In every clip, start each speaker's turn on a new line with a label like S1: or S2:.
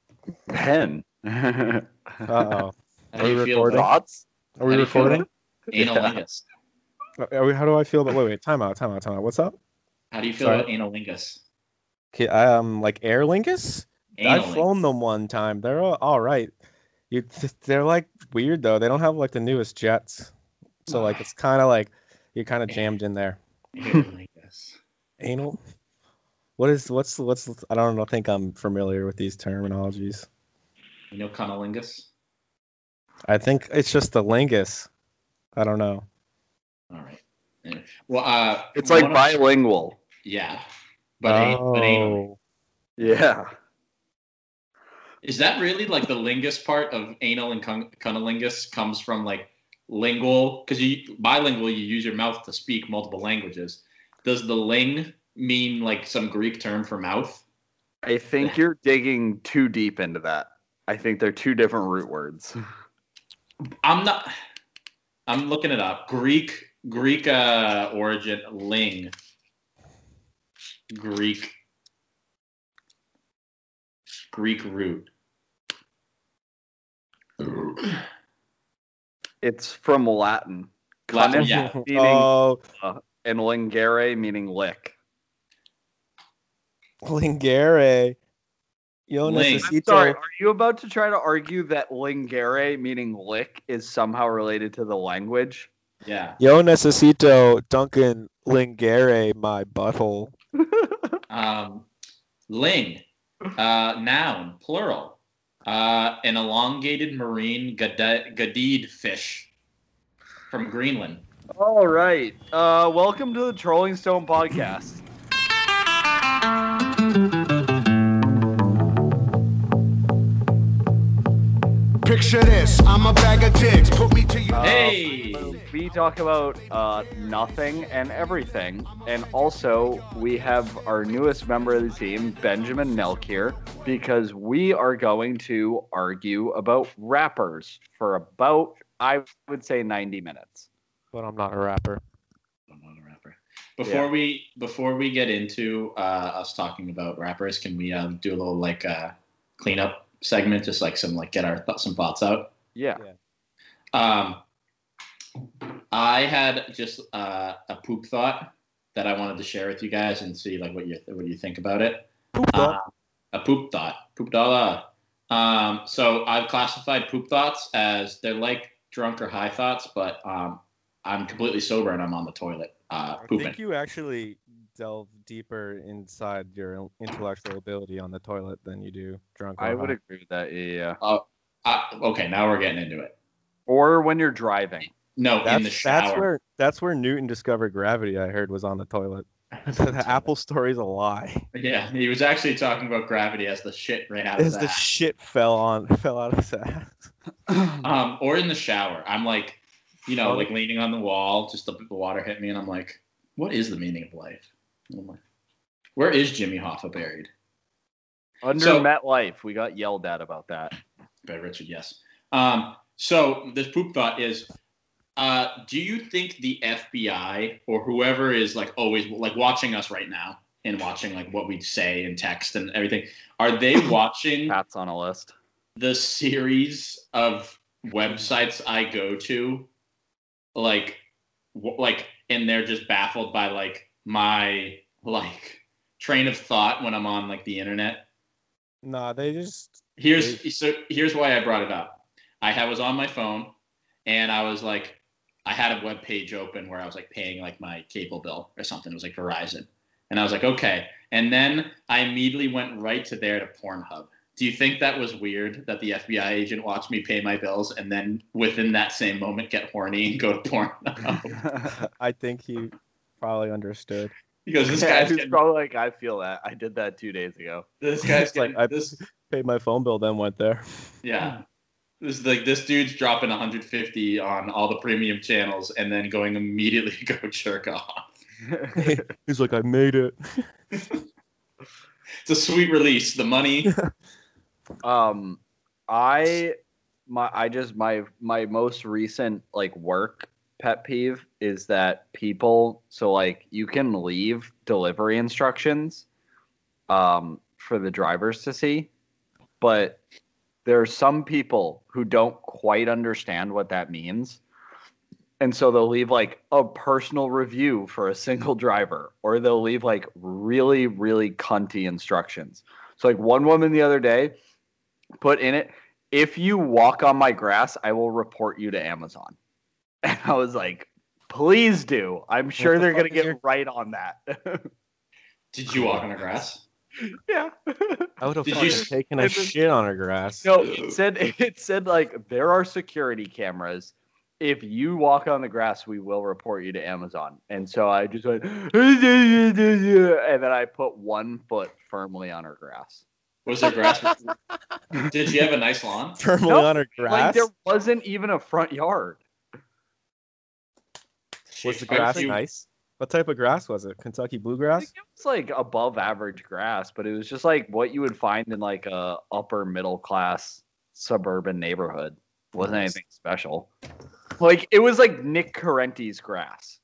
S1: Ten. Are
S2: Uh-oh.
S3: How do
S2: Are
S3: you
S2: we
S3: feel
S2: recording?
S3: about
S1: Uh, Thoughts?
S2: Are we
S3: How do you feel
S2: recording?
S3: anal
S1: Yeah.
S3: lingus?
S2: Are Uh, we, how do I feel about? Wait, wait. Time out. Time out. Time out. What's up?
S3: How do you feel
S2: Sorry.
S3: about anal lingus?
S2: Okay, um, like Aer Lingus.
S3: Anal
S2: I've flown them one time. They're all, all right. You, they're like weird though. They don't have like the newest jets, so like it's kind of like you're kind of jammed in there.
S3: anal lingus.
S2: Anal. What is what's what's? I don't know, think I'm familiar with these terminologies.
S3: You know conolingus?
S2: I think it's just the lingus. I don't know.
S3: All right. Yeah. Well, uh,
S1: It's like
S3: one of-
S1: bilingual.
S3: yeah, but, a- but anal.
S2: Oh.
S1: Yeah.
S3: Is that really like the lingus part of anal and con- conolingus comes from like lingual? Because you bilingual, you use your mouth to speak multiple languages. Does the ling mean like some Greek term for mouth?
S1: I think you're digging too deep into that. I think they're two different root words.
S3: I'm not. I'm looking it up. Greek Greek uh, origin ling. Greek Greek root.
S1: It's from Latin.
S3: Latin,
S1: Cunif
S3: yeah.
S1: meaning
S2: Oh,
S1: and lingere meaning lick.
S2: lingere. Yo
S3: Ling.
S1: I'm
S2: necesito.
S1: sorry, are you about to try to argue that lingere meaning lick is somehow related to the language?
S3: Yeah.
S2: Yo necesito Duncan Lingere my butthole.
S3: Um, ling, uh, noun, plural. Uh, an elongated marine gade- gadid fish from Greenland.
S1: All right. Uh, welcome to the Trolling Stone podcast.
S4: Picture this, I'm a bag of dicks, put me to your
S3: Hey!
S1: Um, We talk about uh, nothing and everything. And also, we have our newest member of the team, Benjamin Nelk, here, because we are going to argue about rappers for about, I would say, 90 minutes.
S2: But I'm not a rapper.
S3: I'm not a rapper. Before
S1: Yeah.
S3: we before we get into uh, us talking about rappers, can we um, do a little like uh, cleanup segment, just like some like get our th- some thoughts out?
S1: Yeah.
S3: Um, I had just uh, a poop thought that I wanted to share with you guys and see like what you what you think about it. Uh, a poop thought, poop dollar. Um, so I've classified poop thoughts as they're like drunk or high thoughts, but um, I'm completely sober and I'm on the toilet uh,
S2: I
S3: pooping.
S2: think you actually delve deeper inside your intellectual ability on the toilet than you do drunk. or
S3: Uh-huh.
S1: I would
S2: high.
S1: agree with that. Yeah. yeah.
S3: Uh, okay, now we're getting into it.
S1: Or when you're driving.
S3: No,
S2: That's,
S3: in the
S2: that's
S3: shower.
S2: where that's where Newton discovered gravity. I heard was on the toilet. the Apple story's a lie.
S3: yeah, he was actually talking about gravity as the shit ran out of
S2: Is
S3: his
S2: the
S3: ass.
S2: shit fell on fell out of his ass.
S3: um, or in the shower. I'm like, you know,
S2: Oh.
S3: like leaning on the wall, just the, the water hit me, and I'm like, what is the meaning of life? And I'm like, where is Jimmy Hoffa buried?
S1: Under
S3: So-
S1: MetLife, we got yelled at about that.
S3: By Richard, yes. Um, so this poop thought is, uh, do you think the FBI or whoever is like always like watching us right now and watching like what we say and text and everything, are they watching
S1: Pat's on a list.
S3: the series of websites I go to, like, w- like, and they're just baffled by like my like train of thought when I'm on like the internet.
S2: Nah, they just
S3: Here's so here's why I brought it up. I had, was on my phone, and I was like, I had a web page open where I was like paying like my cable bill or something. It was like Verizon, and I was like, okay. And then I immediately went right to there to Pornhub. Do you think that was weird that the FBI agent watched me pay my bills and then within that same moment get horny and go to Pornhub?
S2: I think he probably understood.
S3: Because this
S1: Yeah,
S3: guy's
S1: he's
S3: getting,
S1: probably like, I feel that. I did that two days ago.
S3: this guy's
S2: It's like,
S3: getting,
S2: I-
S3: this
S2: Paid my phone bill, then went there.
S3: Yeah. This is like this dude's dropping 150 on all the premium channels and then going immediately to go jerk off.
S2: He's like, I made it.
S3: It's a sweet release. The money.
S1: Um, I my I just my my most recent like work pet peeve is that people so like you can leave delivery instructions um for the drivers to see but there are some people who don't quite understand what that means. And so they'll leave like a personal review for a single driver, or they'll leave like really, really cunty instructions. So, like, one woman the other day put in it, if you walk on my grass, I will report you to Amazon. And I was like, please do. I'm sure
S2: the
S1: they're
S2: fuck
S1: going to
S2: is
S1: get
S2: your-
S1: right on that.
S3: Did you walk on the grass?
S1: yeah.
S2: I would have
S3: Did
S2: fucking
S3: you-
S2: taken a
S1: I've been-
S2: shit on her grass.
S1: No, it said it said like there are security cameras. If you walk on the grass, we will report you to Amazon. And so I just went, and then I put one foot firmly on her grass.
S3: Was there grass? Did she have a nice lawn?
S2: Firmly
S1: No,
S2: on her
S1: Like
S2: grass.
S1: there wasn't even a front yard.
S2: was the
S3: She-
S2: grass
S3: she-
S2: nice? What type of grass was it? Kentucky
S1: Like,
S2: bluegrass?
S1: it was like above average grass, but it was just like what you would find in like a upper middle class suburban neighborhood. Wasn't
S2: Nice.
S1: anything special. Like it was like Nick Carenti's grass.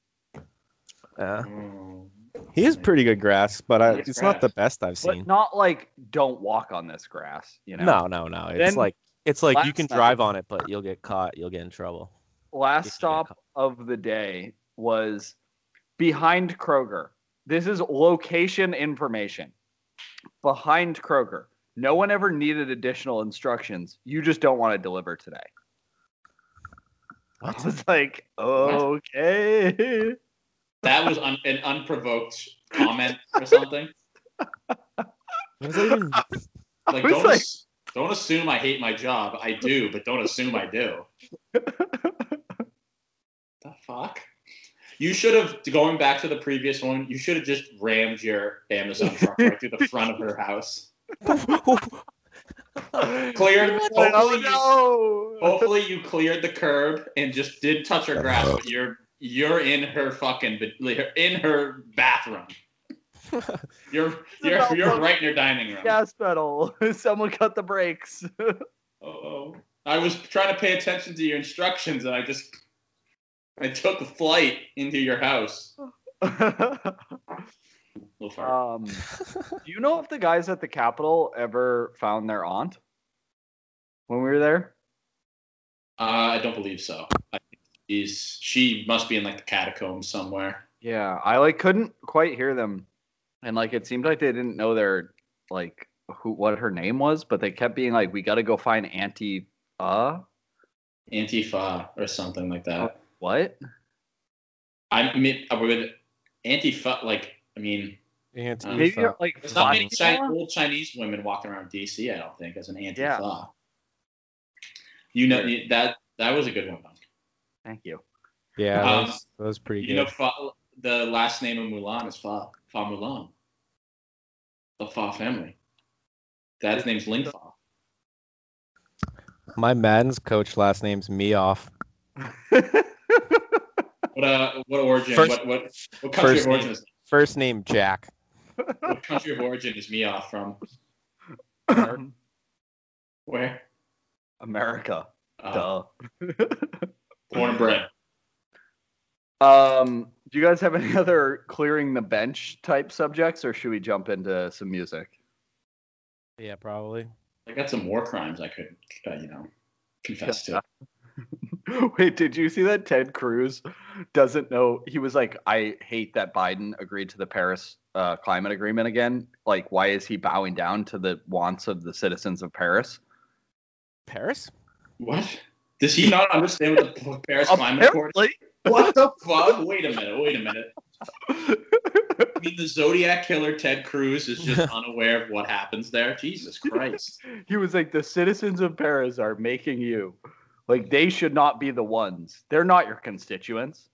S2: Yeah.
S3: Mm.
S2: He has pretty good grass, but I,
S3: Nice
S2: it's not the best I've
S1: but
S2: seen.
S1: not like don't walk on this grass. You know,
S2: No, no, no. It's
S1: Then
S2: like it's like you
S1: last
S2: can
S1: time-
S2: drive on it, but you'll get caught. You'll get in trouble.
S1: Last
S2: Yeah.
S1: stop of the day was behind Kroger. This is location information. Behind Kroger. No one ever needed additional instructions. You just don't want to deliver today. I was like, okay.
S3: That was un- an unprovoked comment or something.
S2: What does that even-
S3: Like
S1: was
S3: don't
S1: like-
S3: ass- don't assume I hate my job. I do, but don't assume I do. the fuck? You should have going back to the previous one. You should have just rammed your Amazon truck right through the front of her house. Cleared.
S1: oh
S3: Hopefully, you,
S1: no.
S3: hopefully you cleared the curb and just did touch her grass, but you're you're in her fucking you're in her bathroom. You're you're you're right in her dining room.
S1: Gas pedal. Someone cut the brakes.
S3: Oh, I was trying to pay attention to your instructions, and I just I took flight into your house. Little fart.
S1: Um, do you know if the guys at the Capitol ever found their aunt when we were there?
S3: Uh, I don't believe so. I think she's she must be in like the catacombs somewhere.
S1: Yeah, I like couldn't quite hear them, and like it seemed like they didn't know their like who what her name was, but they kept being like, "We got to go find Auntie." Uh,
S3: Antifa or something like that.
S1: what?
S3: I mean, I would Antifa like I mean,
S2: Antifa.
S1: Maybe they're, like
S3: uh, there's not many Chi-
S1: Fatima?
S3: old Chinese women walking around DC. I don't think as an Antifa.
S1: Yeah.
S3: You know you- that that was a good one. though.
S1: Thank you.
S2: Yeah,
S3: Um,
S2: that
S1: Uh,
S2: was, that was pretty
S3: You
S2: good.
S3: know, Fa, the last name of Mulan is Fa, Fa Mulan. The Fa family. Dad's name's Ling Fa.
S2: My Madden's coach last name's Meoff.
S3: What uh, what origin?
S2: First-
S3: what what what country
S2: first
S3: of origin
S2: name.
S3: is
S2: First name Jack.
S3: what country of origin is Mia from? Where?
S1: America.
S3: Uh,
S1: Duh.
S3: born and bred.
S1: Um, do you guys have any other clearing the bench type subjects, or should we jump into some music?
S2: Yeah, probably.
S3: I got some war crimes I could uh, you know confess to.
S1: Wait, did you see that Ted Cruz doesn't know? He was like, I hate that Biden agreed to the Paris uh, climate agreement again. Like, why is he bowing down to the wants of the citizens of Paris?
S2: Paris?
S3: What? Does he not understand what the P- Paris climate accord? is?
S1: Apparently,
S3: What the fuck? Wait a minute. Wait a minute. I mean, the Zodiac killer Ted Cruz is just unaware of what happens there. Jesus Christ.
S1: he was like, the citizens of Paris are making you. Like, they should not be the ones. They're not your constituents.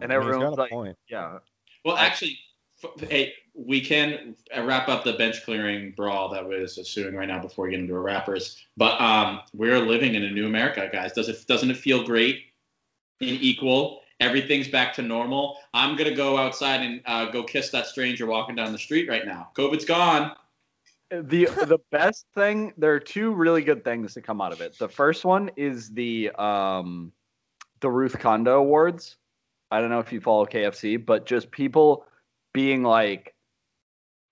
S1: And
S2: I mean, he's
S1: everyone's
S2: got a
S1: like,
S2: point.
S1: yeah.
S3: Well, actually, f- hey, we can uh, wrap up the bench clearing brawl that was ensuing right now before we get into our rappers. But um, we're living in a new America, guys. Does it doesn't it feel great and equal? Everything's back to normal. I'm gonna go outside and uh, go kiss that stranger walking down the street right now. COVID's gone.
S1: the the best thing there are two really good things to come out of it the first one is the um the ruth kondo awards i don't know if you follow kfc but just people being like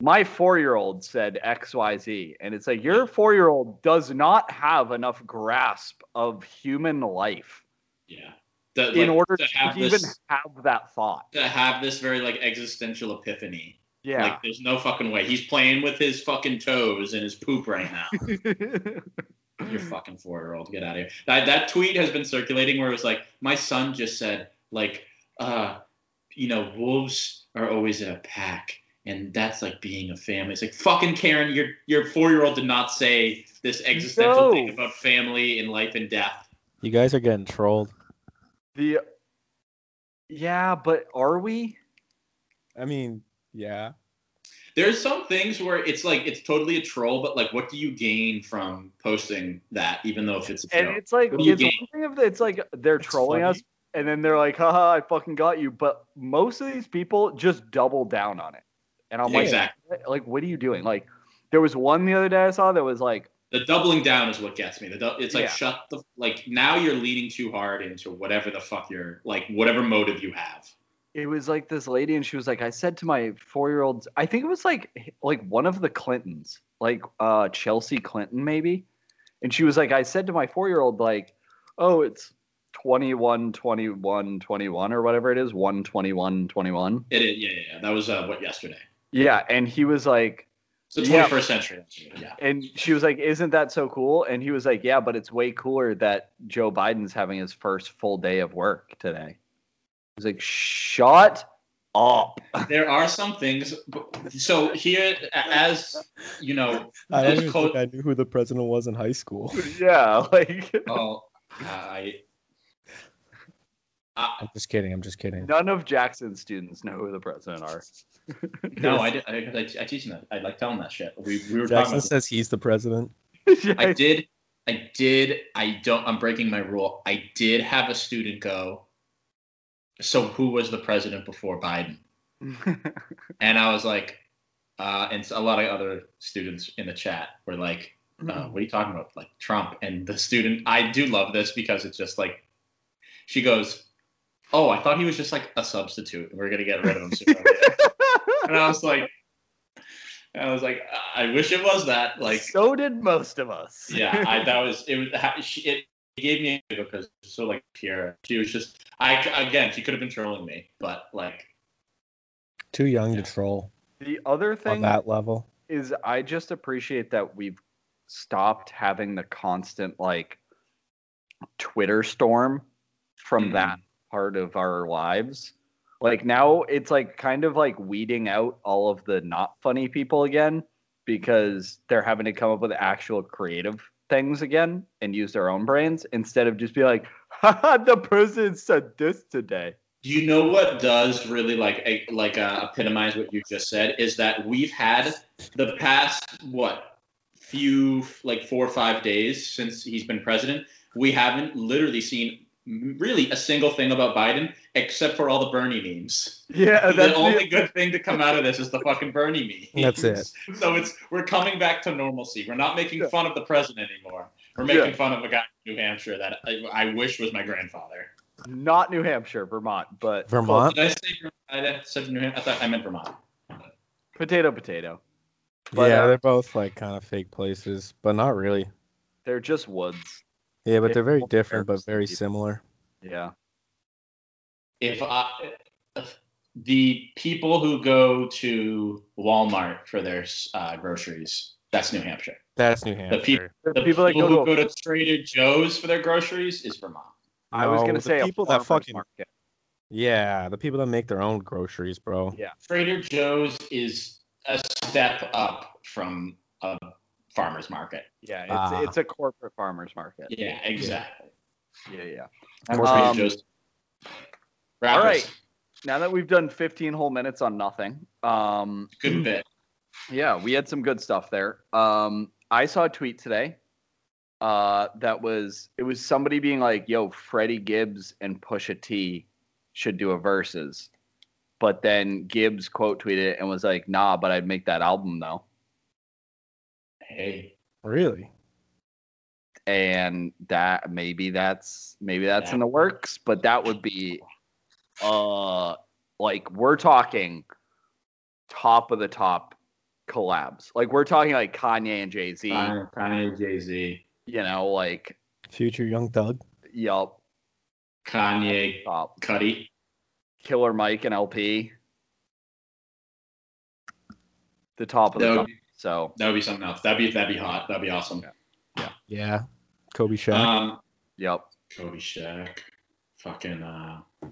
S1: my four year old said XYZ. And it's like, your four year old does not have enough grasp of human life
S3: Yeah. The-
S1: in
S3: like,
S1: order
S3: to
S1: to,
S3: have
S1: even
S3: this
S1: have that thought.
S3: to have this very like existential epiphany.
S1: Yeah.
S3: Like there's no fucking way. He's playing with his fucking toes and his poop right now. You're fucking four year old. Get out of here. That, that tweet has been circulating where it was like, my son just said, like, uh, you know, wolves are always in a pack, and that's like being a family. It's like fucking Karen, your your four year old did not say this existential
S1: No.
S3: thing about family and life and death.
S2: You guys are getting trolled.
S1: the, yeah, but are we?
S2: I mean, yeah.
S3: There's some things where it's like it's totally a troll, but like, what do you gain from posting that? Even though if it's a
S1: And
S3: joke?
S1: it's like,
S3: What do you
S1: it's
S3: gain?
S1: one thing if it's like they're
S2: It's
S1: trolling
S2: funny.
S1: us and then they're like, haha, I fucking got you. But most of these people just double down on it. And I'm like,
S3: exactly
S1: like, what are you doing? Like, there was one the other day I saw that was like,
S3: the doubling down is what gets me. The dou- it's like
S1: Yeah.
S3: shut the like now you're leaning too hard into whatever the fuck you're like whatever motive you have.
S1: it was like this lady and she was like i said to my four-year-old i think it was like like one of the clintons like uh chelsea clinton maybe and she was like i said to my four-year-old like oh it's 21 21 21 or whatever it is 121 21
S3: It is yeah yeah, yeah. that was uh, what yesterday.
S1: yeah and he was like
S3: It's the
S1: Yeah.
S3: 21st century. Yeah.
S1: and she was like isn't that so cool and he was like yeah but it's way cooler that joe biden's having his first full day of work today he's like shut up
S3: There are some things. So here, a- as you know,
S2: I don't
S3: Just
S2: even
S3: call-
S2: think I knew who the president was in high school.
S1: yeah like
S3: oh, I, I
S2: I'm just kidding. I'm just kidding.
S1: None of Jackson's students know who the president are.
S3: no, I did. I, I, I teach them that. I like telling that shit. We, we were talking.
S2: Jackson
S3: About
S2: says he's the president.
S3: I did. I did. I don't. I'm breaking my rule. I did have a student go. So who was the president before Biden? And I was like, uh, and a lot of other students in the chat were like, uh, what are you talking about? Like Trump. And the student, I do love this because it's just like, she goes, oh, I thought he was just like a substitute. We're going to get rid of him soon. and I was like, I was like, I wish it was that. Like,
S1: so did most of us.
S3: yeah, I, that was it. Was ha- she, it gave me a because it was so like pure. She was just I again. She could have been trolling me, but like
S2: Too young
S3: Yeah.
S2: to troll
S1: The other
S2: on
S1: thing
S2: that level.
S1: is, I just appreciate that we've stopped having the constant like Twitter storm from
S3: Mhm.
S1: that part of our lives. Like now, it's like kind of like weeding out all of the not funny people again because they're having to come up with actual creative things again and use their own brains instead of just be like, Haha, the person said this today.
S3: Do you know what does really like eh, like uh, epitomize what you just said is that we've had the past what few like four or five days since he's been president, we haven't literally seen really a single thing about Biden except for all the Bernie memes.
S1: Yeah, that's
S3: the only good thing to come out of this is the fucking Bernie meme.
S2: That's it.
S3: So it's we're coming back to normalcy. We're not making
S1: Yeah.
S3: fun of the president anymore. We're making
S1: Yeah.
S3: fun of a guy in New Hampshire that I, I wish was my grandfather.
S1: not New Hampshire, Vermont, but
S2: Vermont?
S3: Did I say I said New Hampshire? I thought I meant Vermont.
S1: close. potato, potato. But,
S2: yeah,
S1: uh,
S2: they're both like kind of fake places, but not really.
S1: They're just woods.
S2: Yeah, but
S1: Yeah,
S2: they're very
S1: both
S2: different, but
S1: Arabs
S2: very
S1: people.
S2: similar.
S1: Yeah.
S3: If I, if the people who go to Walmart for their uh, groceries, that's New Hampshire.
S2: That's New
S3: The peop-
S2: Hampshire.
S1: The
S3: The
S1: people that go,
S3: who
S1: to,
S3: go to Trader Joe's for their groceries is Vermont.
S1: I was
S2: No,
S1: gonna
S2: the
S1: say a
S2: people that
S1: farmer's
S2: fucking
S1: market.
S2: yeah, the people that make their own groceries, bro.
S1: Yeah.
S3: Trader Joe's is a step up from a farmer's market.
S1: Yeah, it's
S2: Ah.
S1: it's a corporate farmers market.
S3: Yeah, exactly.
S1: Yeah, yeah.
S2: Corporate
S3: Trader
S1: Um,
S3: Joe's. Rappers,
S1: right. now that we've done 15 whole minutes on nothing, um,
S3: good bit.
S1: Yeah, we had some good stuff there. Um, I saw a tweet today uh, that was it was somebody being like, "Yo, Freddie Gibbs and Pusha T should do a verses," but then Gibbs quote tweeted it and was like, "Nah, but I'd make that album though."
S3: Hey,
S2: Really?
S1: And that maybe that's maybe that's in
S3: That-
S1: the works, but that would be uh like we're talking top of the top collabs. Like we're talking like Kanye and Jay Z.
S3: Kanye, Kanye Jay Z,
S1: You know, like
S2: Future Young Thug.
S1: yup,
S3: Kanye,
S1: uh,
S3: Cuddy.
S1: Killer Mike and LP. The top of the
S3: That
S1: top.
S3: would, be,
S1: So
S3: that would be something else. That'd be that'd be hot. That'd be awesome.
S2: Yeah. Kobe Shaq.
S3: Um,
S1: yep.
S3: Kobe Shaq, fucking uh,
S2: Oh,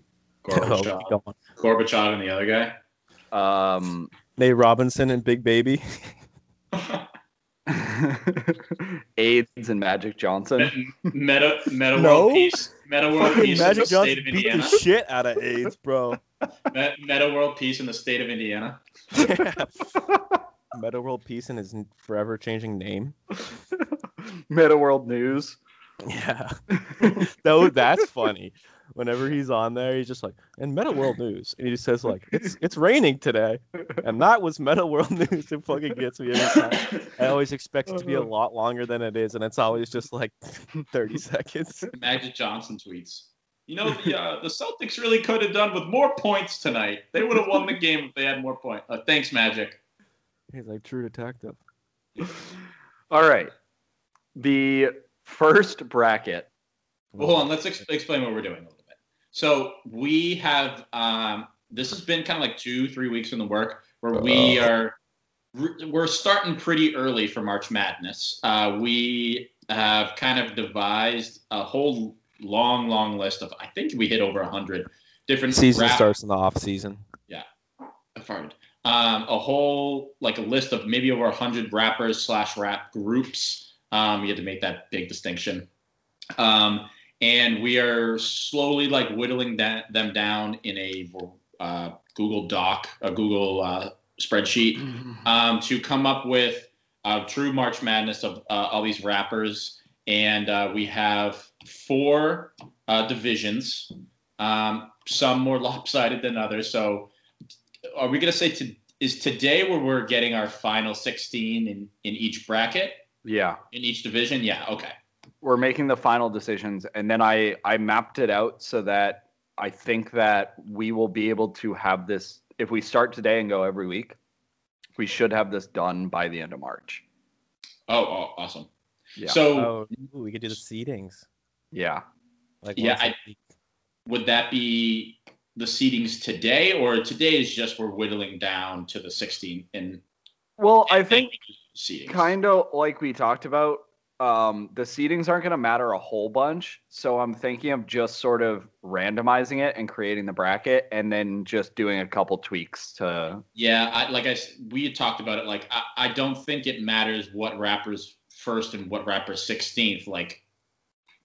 S3: Gorbachev,
S2: go on.
S3: Gorbachev, and the other guy.
S1: Um,
S2: Nate Robinson and Big Baby.
S1: AIDS and Magic Johnson.
S3: Meta Meta
S2: No.
S3: World Peace. Meta World
S2: Fucking
S3: Peace in the
S2: Magic
S3: state
S2: Johnson
S3: of
S2: beat the
S3: Indiana.
S2: shit out of AIDS, bro.
S3: Me- Meta World Peace in the state of Indiana.
S2: Meta World Peace and his forever changing name.
S1: Meta World News.
S2: Yeah. no, that's funny. Whenever he's on there, he's just like, and Meta World News. And he just says, like, it's it's raining today. And that was Meta World News. It fucking gets me every time. I always expect it to be a lot longer than it is, and it's always just like 30 seconds.
S3: Magic Johnson tweets. You know the uh, the Celtics really could have done with more points tonight. They would have won the game if they had more points. Uh, thanks, Magic.
S2: He's like, true detective.
S1: All right. The first bracket.
S3: Well, hold on. Let's ex- explain what we're doing a little bit. So we have um, this has been kind of like two, three weeks in the work where we are we're starting pretty early for March Madness. Uh, we have kind of devised a whole long, long list of I think we hit over hundred different
S2: Season
S3: rap-
S2: starts in the off season.
S3: I farted. Um, a whole like a list of maybe over hundred rappers slash rap groups. Um, you had to make that big distinction. Um, and we are slowly like whittling that, them down in a uh, Google Doc, a Google uh, spreadsheet um, to come up with uh, true March Madness of uh, all these rappers. And uh, we have four uh, divisions, um, some more lopsided than others. So, are we going to say to, is today where we're getting our final 16 in, in each bracket,
S1: Yeah.
S3: in each division? Yeah, okay.
S1: We're making the final decisions. And then I, I mapped it out so that I think that we will be able to have this. If we start today and go every week, we should have this done by the end of March.
S3: Oh, oh awesome.
S1: Yeah. uh,
S3: So,
S2: Oh, ooh, we could do the seedings.
S1: yeah.
S2: Like
S3: Yeah,
S2: once a
S3: I-
S2: week.
S3: would that be the seedings today, or today is just we're whittling down to the 16 in
S1: Well, I think
S3: seedings?
S1: kind of like we talked about um the seedings aren't going to matter a whole bunch so i'm thinking of just sort of randomizing it and creating the bracket and then just doing a couple tweaks to
S3: Yeah, I, like I s- we had talked about it. Like I, I don't think it matters what rappers first and what rappers sixteenth. Like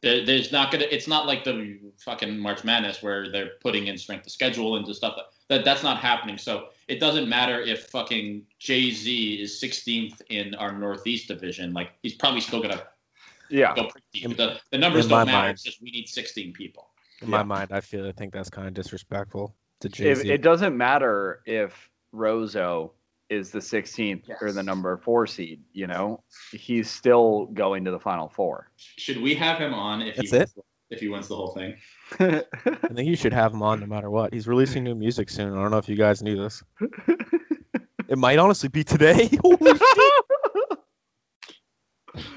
S3: there, there's not gonna. It's not like the fucking March Madness where they're putting in strength of schedule into stuff that, that that's not happening. So it doesn't matter if fucking Jay Z is sixteenth in our Northeast division. Like he's probably still gonna
S1: yeah
S3: go pretty deep.
S2: In-
S3: The, the numbers
S2: in
S3: don't
S2: my
S3: matter.
S2: mind.
S3: It's just we need sixteen people.
S2: In my
S1: Yeah.
S2: mind, I feel I think that's kind of disrespectful to Jay
S1: it,
S2: Z.
S1: it doesn't matter if roseau is the 16th or the
S3: Yes.
S1: number four seed you know he's still going to the final four
S3: Should we have him on if
S2: That's
S3: he
S2: it.
S3: if he wins the whole thing?
S2: I think you should have him on no matter what. He's releasing new music soon. I don't know if you guys knew this. it might honestly be today. Holy shit.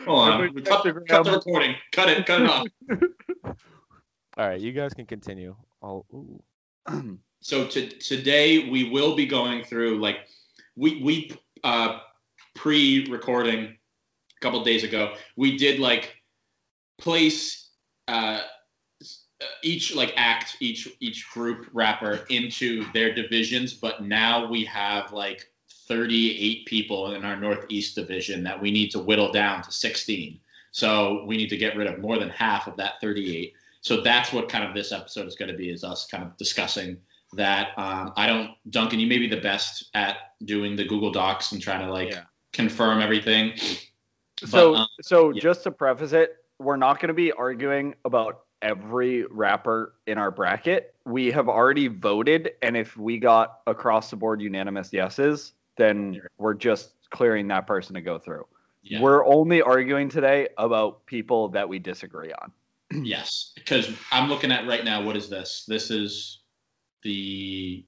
S3: Hold
S1: Have
S3: on.
S1: we checked
S3: Cut,
S1: the
S3: cut the
S1: grammar?
S3: recording. Cut it. Cut it off.
S2: All right, you guys can continue. I'll, ooh.
S3: So to, today we will be going through like we we uh, pre-recording a couple days ago. We did like place uh, s- uh, each like act each each group rapper into their divisions, but now we have like 38 people in our northeast division that we need to whittle down to 16. So we need to get rid of more than half of that 38. So that's what kind of this episode is going to be is us kind of discussing that um, I don't, Duncan, you may be the best at doing the Google Docs and trying to like
S1: Yeah.
S3: confirm everything.
S1: so
S3: But, um,
S1: so
S3: yeah.
S1: just to preface it we're not going to be arguing about every rapper in our bracket we have already voted and if we got across the board unanimous yeses then we're just clearing that person to go through
S3: yeah.
S1: we're only arguing today about people that we disagree on
S3: Yes, because I'm looking at right now. What is this? This is the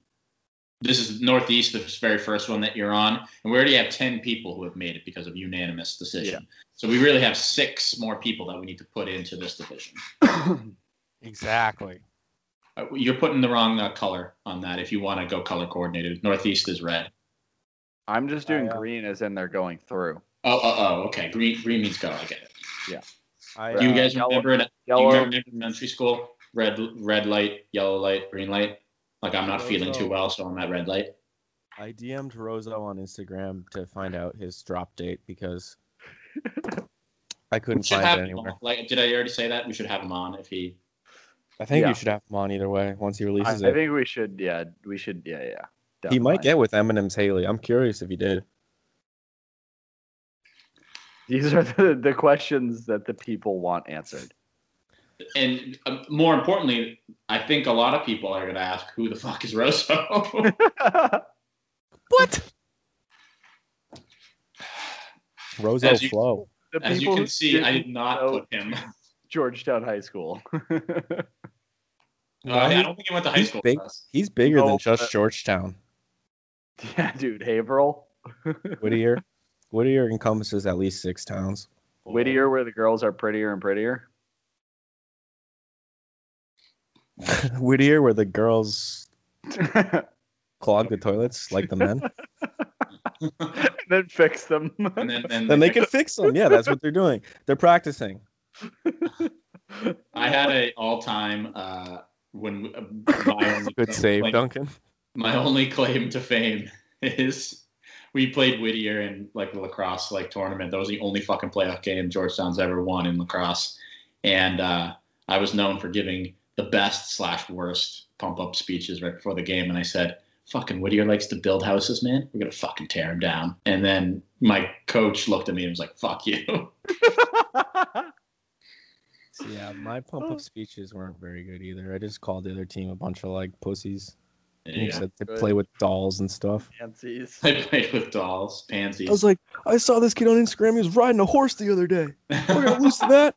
S3: This is Northeast, the very first one that you're on, and we already have ten people who have made it because of unanimous decision. So we really have six more people that we need to put into this division.
S5: Exactly.
S3: Uh, You're putting the wrong uh, color on that. If you want to go color coordinated, Northeast is red.
S1: I'm just doing
S2: I, uh,
S1: green as in they're going through.
S3: Oh, oh, oh. Okay, green, green means go. I get it.
S2: I,
S1: Right.
S3: Do you
S2: uh,
S3: guys
S1: yellow-
S3: remember it? Do you
S1: Yellow.
S3: remember elementary school? Red, red light, yellow light, green light. Like I'm not feeling too well, so I'm at red light.
S2: I DM'd Rozo on Instagram to find out his drop date because I couldn't
S3: Should
S2: find
S3: have
S2: it
S3: him
S2: anywhere.
S3: on. Like, did I already say that? We should have him on if he.
S2: I think
S1: Yeah.
S2: you should have him on either way once he
S1: I, I
S2: releases it.
S1: think we should. Yeah, we should. Yeah, yeah.
S2: he might
S1: definitely.
S2: get with Eminem's Haley. I'm curious if he did.
S1: These are the, the questions that the people want answered.
S3: And uh, more importantly, I think a lot of people are going to ask, "Who the fuck is Rosso?"
S2: What? Rozo
S3: As you-
S2: Flow.
S1: The
S3: As you
S1: people
S3: can
S1: who
S3: see, I
S1: didn't
S3: did not
S1: know
S3: put him.
S1: Georgetown High School.
S3: Uh, I don't think he went to high
S2: he's
S3: school. with
S2: big.
S3: us.
S2: He's bigger
S1: No,
S2: than just
S1: but-
S2: Georgetown.
S1: yeah, dude. Haverhill,
S2: Whittier. Whittier encompasses at least six towns.
S3: Oh.
S1: Whittier, where the girls are prettier and prettier.
S2: Whittier, where the girls
S1: and
S2: clog the toilets like the men.
S1: then fix them.
S3: And then, then,
S2: then they can fix them. Yeah, that's what they're doing. They're practicing.
S3: I had a all-time uh, when my only like,
S2: Duncan.
S3: my only claim to fame is we played Whittier in like the lacrosse like tournament. That was the only fucking playoff game Georgetown's ever won in lacrosse, and uh, I was known for giving the best slash worst pump up speeches right before the game. And I said, "Fucking Whittier likes to build houses, man. We're gonna fucking tear him down." And then my coach looked at me and was like, "Fuck you."
S2: Yeah, my pump up speeches weren't very good either. I just called the other team a bunch of like pussies. and
S3: yeah.
S2: Said they
S1: Good.
S2: play with dolls and stuff.
S1: Fancies.
S3: I played with dolls, pansies.
S2: like, I saw this kid on Instagram. He was riding a horse the other day. lose to that.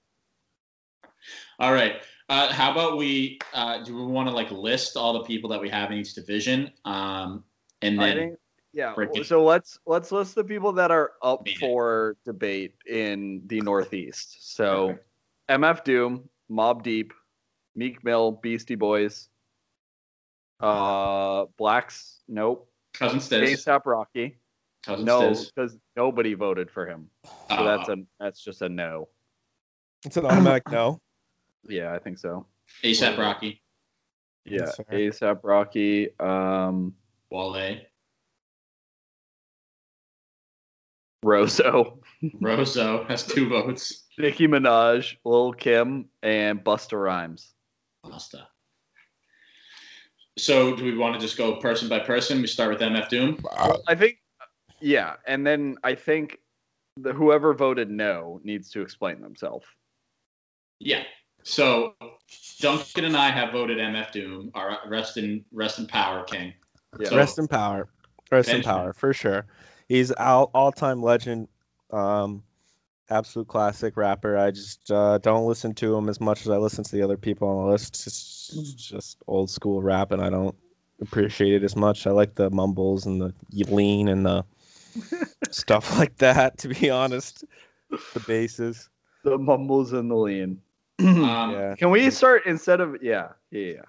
S3: All right. Uh, how about we uh, do we want to like list all the people that we have in each division? Um, and
S1: I
S3: then
S1: think, yeah.
S3: Break it.
S1: So let's let's list the people that are up
S3: Beat it.
S1: for debate in the Northeast. So
S3: Perfect.
S1: MF Doom, Mob Deep, Meek Mill, Beastie Boys, uh, Blacks. Nope.
S3: Cousin Stiz.
S1: ASAP Rocky.
S3: Cousin
S1: No,
S3: Stiz.
S1: because nobody voted for him. So
S3: Uh,
S1: that's a that's just a no.
S2: It's an automatic no.
S1: Yeah, I think so.
S3: ASAP Rocky,
S1: Yeah,
S2: Yes, sir.
S1: ASAP Rocky. Um,
S3: Wale,
S1: Rosso,
S3: Rosso has two votes.
S1: Nicki Minaj, Lil Kim, and Busta Rhymes.
S3: Basta. So do we want to just go person by person? We start with MF Doom.
S1: I think, yeah, and then I think the, whoever voted no needs to explain themselves.
S3: Yeah. So Duncan and I have voted MF Doom. Our rest in rest in power, King.
S1: Yeah.
S3: So-
S2: Rest in power. Rest in
S3: Benjamin.
S2: power for sure. He's all all time legend. Um, absolute classic rapper. I just uh, don't listen to him as much as I listen to the other people on the list. It's just old school rap, and I don't appreciate it as much. I like the mumbles and the lean and the stuff like that. To be honest, the bases.
S1: The mumbles and the lean.
S3: Um,
S2: Yeah.
S1: Can we start instead of yeah, yeah, yeah,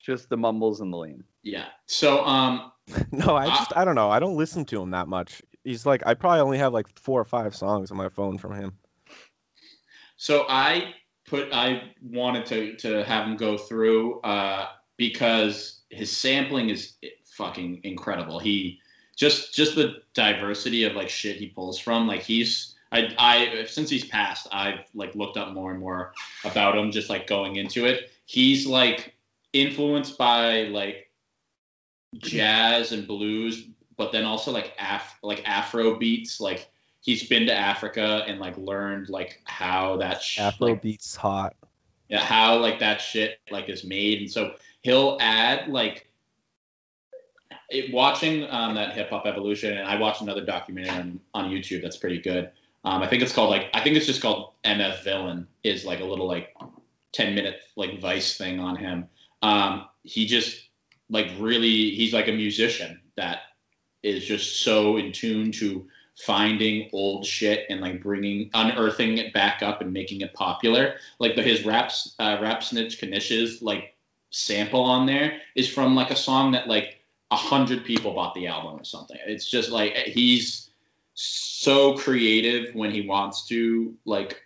S1: just the mumbles and the lean?
S3: yeah. So um,
S2: No, I just I don't know. I don't listen to him that much. He's like I probably only have like four or five songs on my phone from him.
S3: So I put I wanted to to have him go through uh, because his sampling is fucking incredible. He just just the diversity of like shit he pulls from. Like he's I I since he's passed, I've like looked up more and more about him. Just like going into it, he's like influenced by like jazz and blues, but then also like af like Afro beats. Like he's been to Africa and like learned like how that sh-
S2: Afro
S3: like,
S2: beats hot.
S3: yeah, how like that shit like is made, and so he'll add like it, watching um, that hip hop evolution, and I watched another documentary on, on YouTube that's pretty good. Um, I think it's called like I think it's just called MF Villain is like a little like ten minute like Vice thing on him. Um, he just like really he's like a musician that is just so in tune to finding old shit and like bringing unearthing it back up and making it popular like the, his raps uh, rap snitch Kanish's like sample on there is from like a song that like a hundred people bought the album or something it's just like he's so creative when he wants to like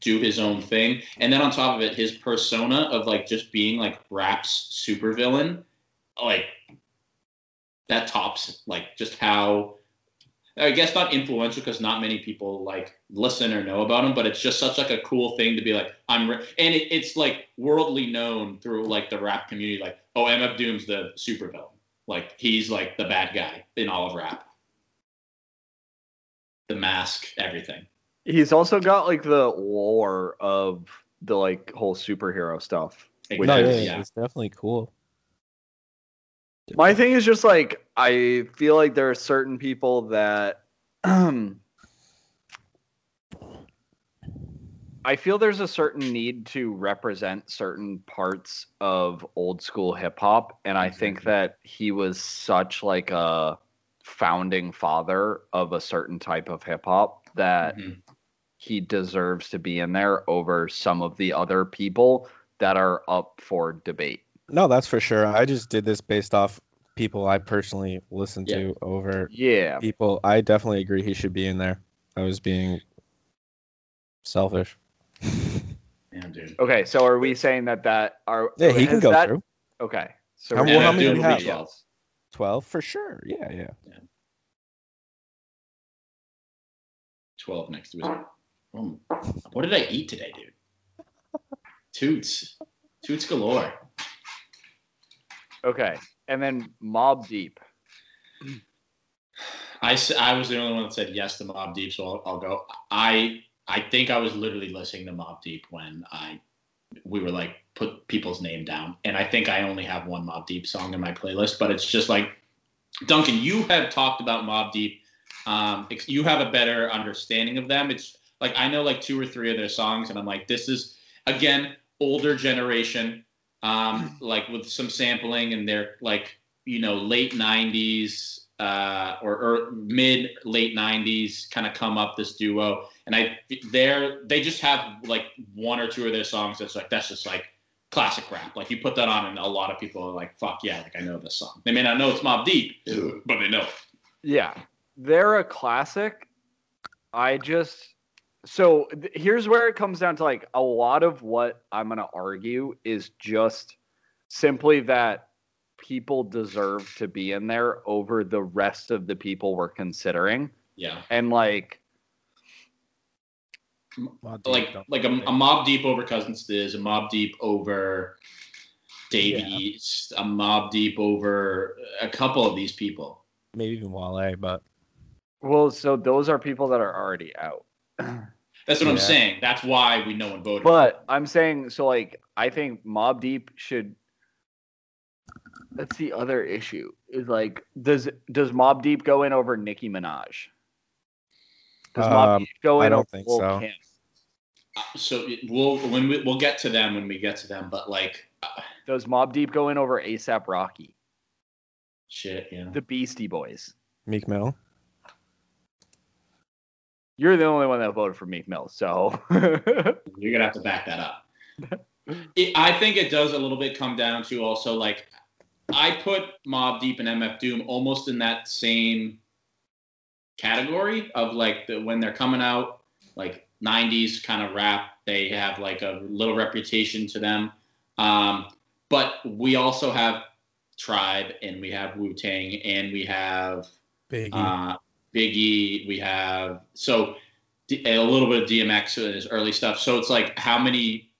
S3: do his own thing. And then on top of it, his persona of like just being like rap's supervillain, like that tops like just how I guess not influential because not many people like listen or know about him, but it's just such like a cool thing to be like I'm ra- and it, it's like worldly known through like the rap community like oh MF Doom's the supervillain like he's like the bad guy in all of rap, the mask, everything.
S1: He's also got like the lore of the like whole superhero stuff. Which
S2: no,
S1: is-
S2: yeah, yeah, it's definitely cool.
S1: My thing is just like I feel like there are certain people that I feel there's a certain need to represent certain parts of old school hip hop and I think that he was such like a founding father of a certain type of hip hop that
S3: Mhm.
S1: he deserves to be in there over some of the other people that are up for debate.
S2: No, that's for sure. I just did this based off people I personally listen to over
S1: Yeah.
S2: people. I definitely agree he should be in there. I was being selfish.
S3: Damn, dude.
S1: Okay, so are we saying that that are
S2: Yeah, he can
S1: has
S2: go
S1: that-
S2: through.
S1: Okay, so
S2: How-
S1: we're
S2: well,
S1: gonna
S2: how many
S1: do
S2: do we
S1: the
S2: have?
S1: reach-outs.
S2: 12 for sure. Yeah, yeah.
S3: 12 next week. Um, what did I eat today, dude? Toots. Toots galore.
S1: Okay, and then Mob Deep.
S3: I, s- I was the only one that said yes to Mob Deep, so I'll, I'll go. I I think I was literally listening to Mob Deep when I we were like put people's name down, and I think I only have one Mob Deep song in my playlist, but it's just like Duncan, you have talked about Mob Deep. Um, ex- you have a better understanding of them. It's like I know like two or three of their songs, and I'm like, this is again older generation, um, like with some sampling, and they're like you know late 90s uh, or, or mid late 90s kind of come up this duo and i they're they just have like one or two of their songs that's like that's just like classic rap like you put that on and a lot of people are like fuck yeah like i know this song they may not know it's mob deep but they know it.
S1: Yeah, they're a classic. I just so th- here's where it comes down to like a lot of what I'm gonna argue is just simply that people deserve to be in there over the rest of the people we're considering,
S3: yeah
S1: and like
S3: like like a, a mob deep over cousins is a mob deep over davies a mob deep over a couple of these people
S2: maybe even Wale, but
S1: well, so those are people that are already out.
S3: that's what i'm
S2: Yeah.
S3: saying that's why we know and voted
S1: But I'm saying so like I think Mob Deep should that's the other issue is like does does Mob Deep go in over Nicki Minaj? Does Mob
S2: Um,
S1: Deep go in
S2: I don't
S1: over
S2: think
S1: Lil
S2: so.
S1: Kim?
S3: so it- we'll when we, we'll get to them when we get to them but like uh,
S1: Does Mob Deep go in over ASAP Rocky?
S3: shit yeah
S1: The Beastie Boys.
S2: Meek Mill.
S1: You're the only one that voted for Meek Mill, so
S3: you're gonna have to back that up it, i think it does a little bit come down to also like i put mob deep and mf doom almost in that same category of like the, when they're coming out like 90s kind of rap they have like a little reputation to them um, but we also have tribe and we have wu-tang and we have
S2: Biggie.
S3: uh, Biggie. We have so D- a little bit of DMX in his early stuff. So it's like how many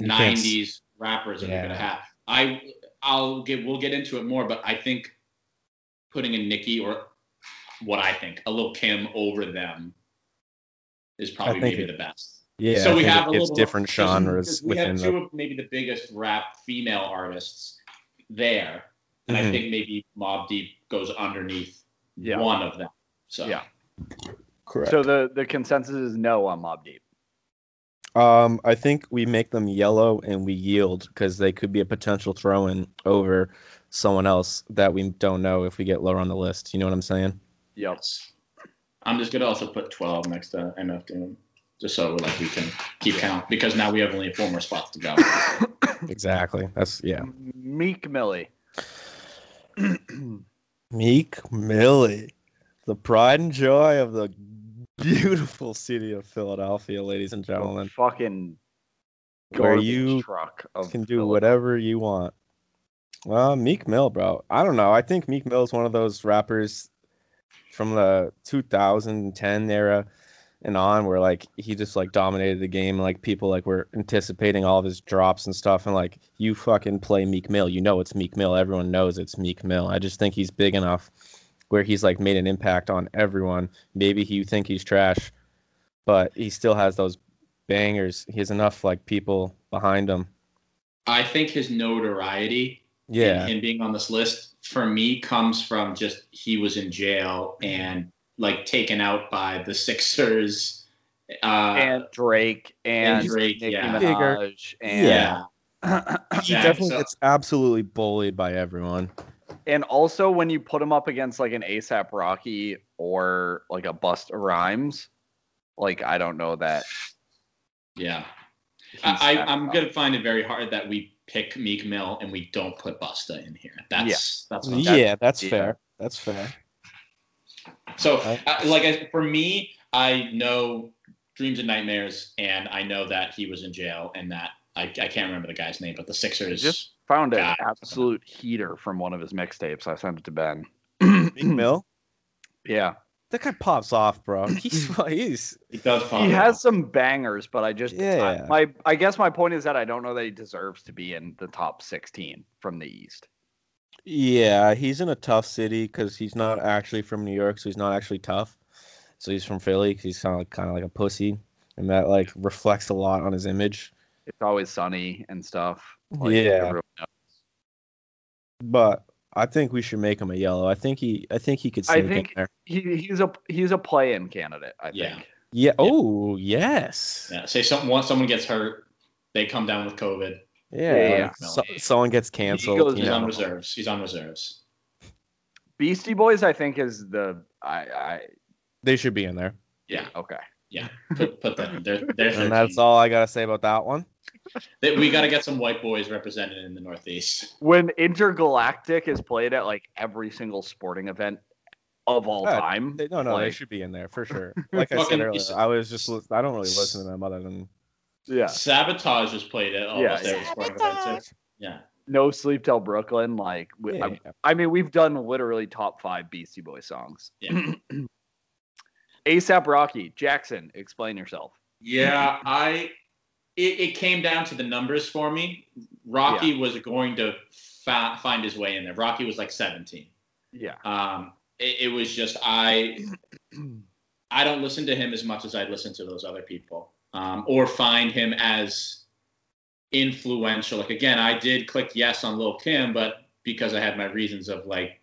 S3: '90s rappers are we
S2: Yeah.
S3: gonna have? I I'll get we'll get into it more, but I think putting in Nicki or what I think a little Kim over them is probably
S2: think
S3: maybe
S2: it-
S3: the best.
S2: yeah,
S3: so we
S2: I think
S3: have
S2: it
S3: a
S2: gives
S3: little
S2: different
S3: because-
S2: genres
S3: because We
S2: within
S3: have
S2: the.
S3: two of maybe the biggest rap female artists there, and I
S2: Mhm.
S3: think maybe Mob Deep goes underneath
S1: yeah.
S3: one of them. So
S1: Yeah. So the, the consensus is no on Mob Deep.
S2: Um, I think we make them yellow and we yield because they could be a potential throw in over someone else that we don't know if we get lower on the list. You know what I'm saying?
S1: Yep.
S3: I'm just gonna also put 12 next to MF Doom, just so like we can keep count because now we have only four more spots to go.
S2: Exactly. That's yeah.
S1: Meek Millie.
S2: Meek Millie, the pride and joy of the beautiful city of Philadelphia, ladies and gentlemen.
S1: Fucking
S2: Where
S1: garbage
S2: you
S1: truck of
S2: can do
S1: Philly.
S2: whatever you want. Well, Meek Mill, bro. I don't know. I think Meek Mill is one of those rappers from the 2010 era and on where like he just like dominated the game and like people like were anticipating all of his drops and stuff and like you fucking play Meek Mill. You know it's Meek Mill. Everyone knows it's Meek Mill. I just think he's big enough where he's like made an impact on everyone. Maybe you think he's trash, but he still has those bangers. He has enough like people behind him.
S3: I think his notoriety
S2: Yeah.
S3: and him being on this list for me comes from just he was in jail and like taken out by the Sixers. Uh,
S1: and Drake and,
S3: and Drake,
S1: Nicki
S3: yeah.
S1: Minaj and
S3: yeah.
S2: he
S3: Yeah,
S2: definitely
S3: so-
S2: gets absolutely bullied by everyone.
S1: and also when you put him up against like an ASAP Rocky or like a Bust Rhymes, like I don't know that.
S3: Yeah.
S1: he's
S3: I,
S1: that
S3: I, I'm
S1: up.
S3: gonna find it very hard that we pick Meek Mill and we don't put Busta in here. That's that's what I'm
S2: yeah, that's
S1: yeah.
S2: fair. That's fair.
S3: So,
S2: Right.
S3: I, like, I, for me, I know Dreams and Nightmares, and I know that he was in jail, and that I, I can't remember the guy's name, but the Sixers.
S1: Just- Found an
S3: God.
S1: absolute heater from one of his mixtapes. I sent it to Ben.
S2: Mill,
S1: yeah,
S2: that guy pops off, bro. He's he's
S3: he does follow.
S1: he has some bangers, but I just
S2: Yeah.
S1: I, my I guess my point is that I don't know that he deserves to be in the top 16 from the East.
S2: yeah, he's in a tough city because he's not actually from New York, so he's not actually tough. So he's from Philly 'cause he's kind of like, kind of like a pussy, and that like reflects a lot on his image.
S1: It's always sunny and stuff.
S2: Yeah.
S1: everyone knows.
S2: But I think we should make him a yellow. I think he I think he could
S1: I
S2: sneak
S1: think-
S2: in there.
S1: he, he's a he's a play-in candidate. I
S3: Yeah.
S1: think.
S2: Yeah. Oh yes.
S3: Yeah, say some, once someone gets hurt, they come down with COVID.
S2: Yeah.
S1: Yeah,
S2: like, so- someone gets canceled.
S1: goes
S2: you
S3: He's
S2: know.
S3: on reserves. He's on reserves.
S1: Beastie Boys, I think, is the I I
S2: They should be in there.
S1: okay.
S3: Put, put them. They're, they're
S2: And
S3: 13.
S2: that's all I gotta say about that one.
S3: They- we got to get some white boys represented in the Northeast.
S1: When Intergalactic is played at like every single sporting event of all
S2: Uh,
S1: time,
S2: They, no, no, they
S1: like-
S2: should be in there for sure. Like I said
S3: Fucking-
S2: earlier, I was just li- I don't really listen to them other than
S1: yeah.
S3: Sabotage was played at almost
S1: Yeah.
S3: every sporting event. too. Yeah.
S1: No sleep till Brooklyn. Like we,
S2: yeah,
S1: I, I mean, we've done literally top five Beastie Boy songs.
S3: Yeah.
S1: ASAP Rocky Jackson, explain yourself.
S3: Yeah, I it, it came down to the numbers for me. Rocky was going to fa- find his way in there. Rocky was like 17.
S1: Yeah.
S3: Um, it, it was just I I don't listen to him as much as I listen to those other people, um, or find him as influential. Like again, I did click yes on Lil Kim, but because I had my reasons of like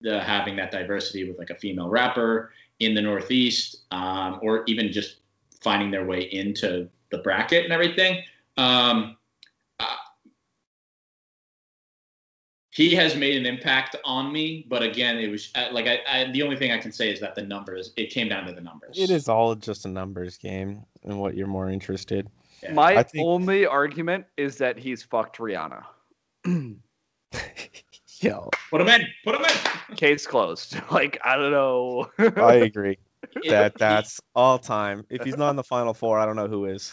S3: the having that diversity with like a female rapper in the Northeast, um, or even just finding their way into the bracket and everything. Um, uh, he has made an impact on me, but again, it was uh, like I, I, the only thing I can say is that the numbers. It came down to the numbers.
S2: it is all just a numbers game and what you're more interested.
S3: Yeah.
S1: My
S2: I think-
S1: only argument is that he's fucked Rihanna.
S2: Yo,
S3: Put him in. Put him in.
S1: Case closed. Like I don't know.
S2: I agree. that that's all time. If he's not in the final four, I don't know who is.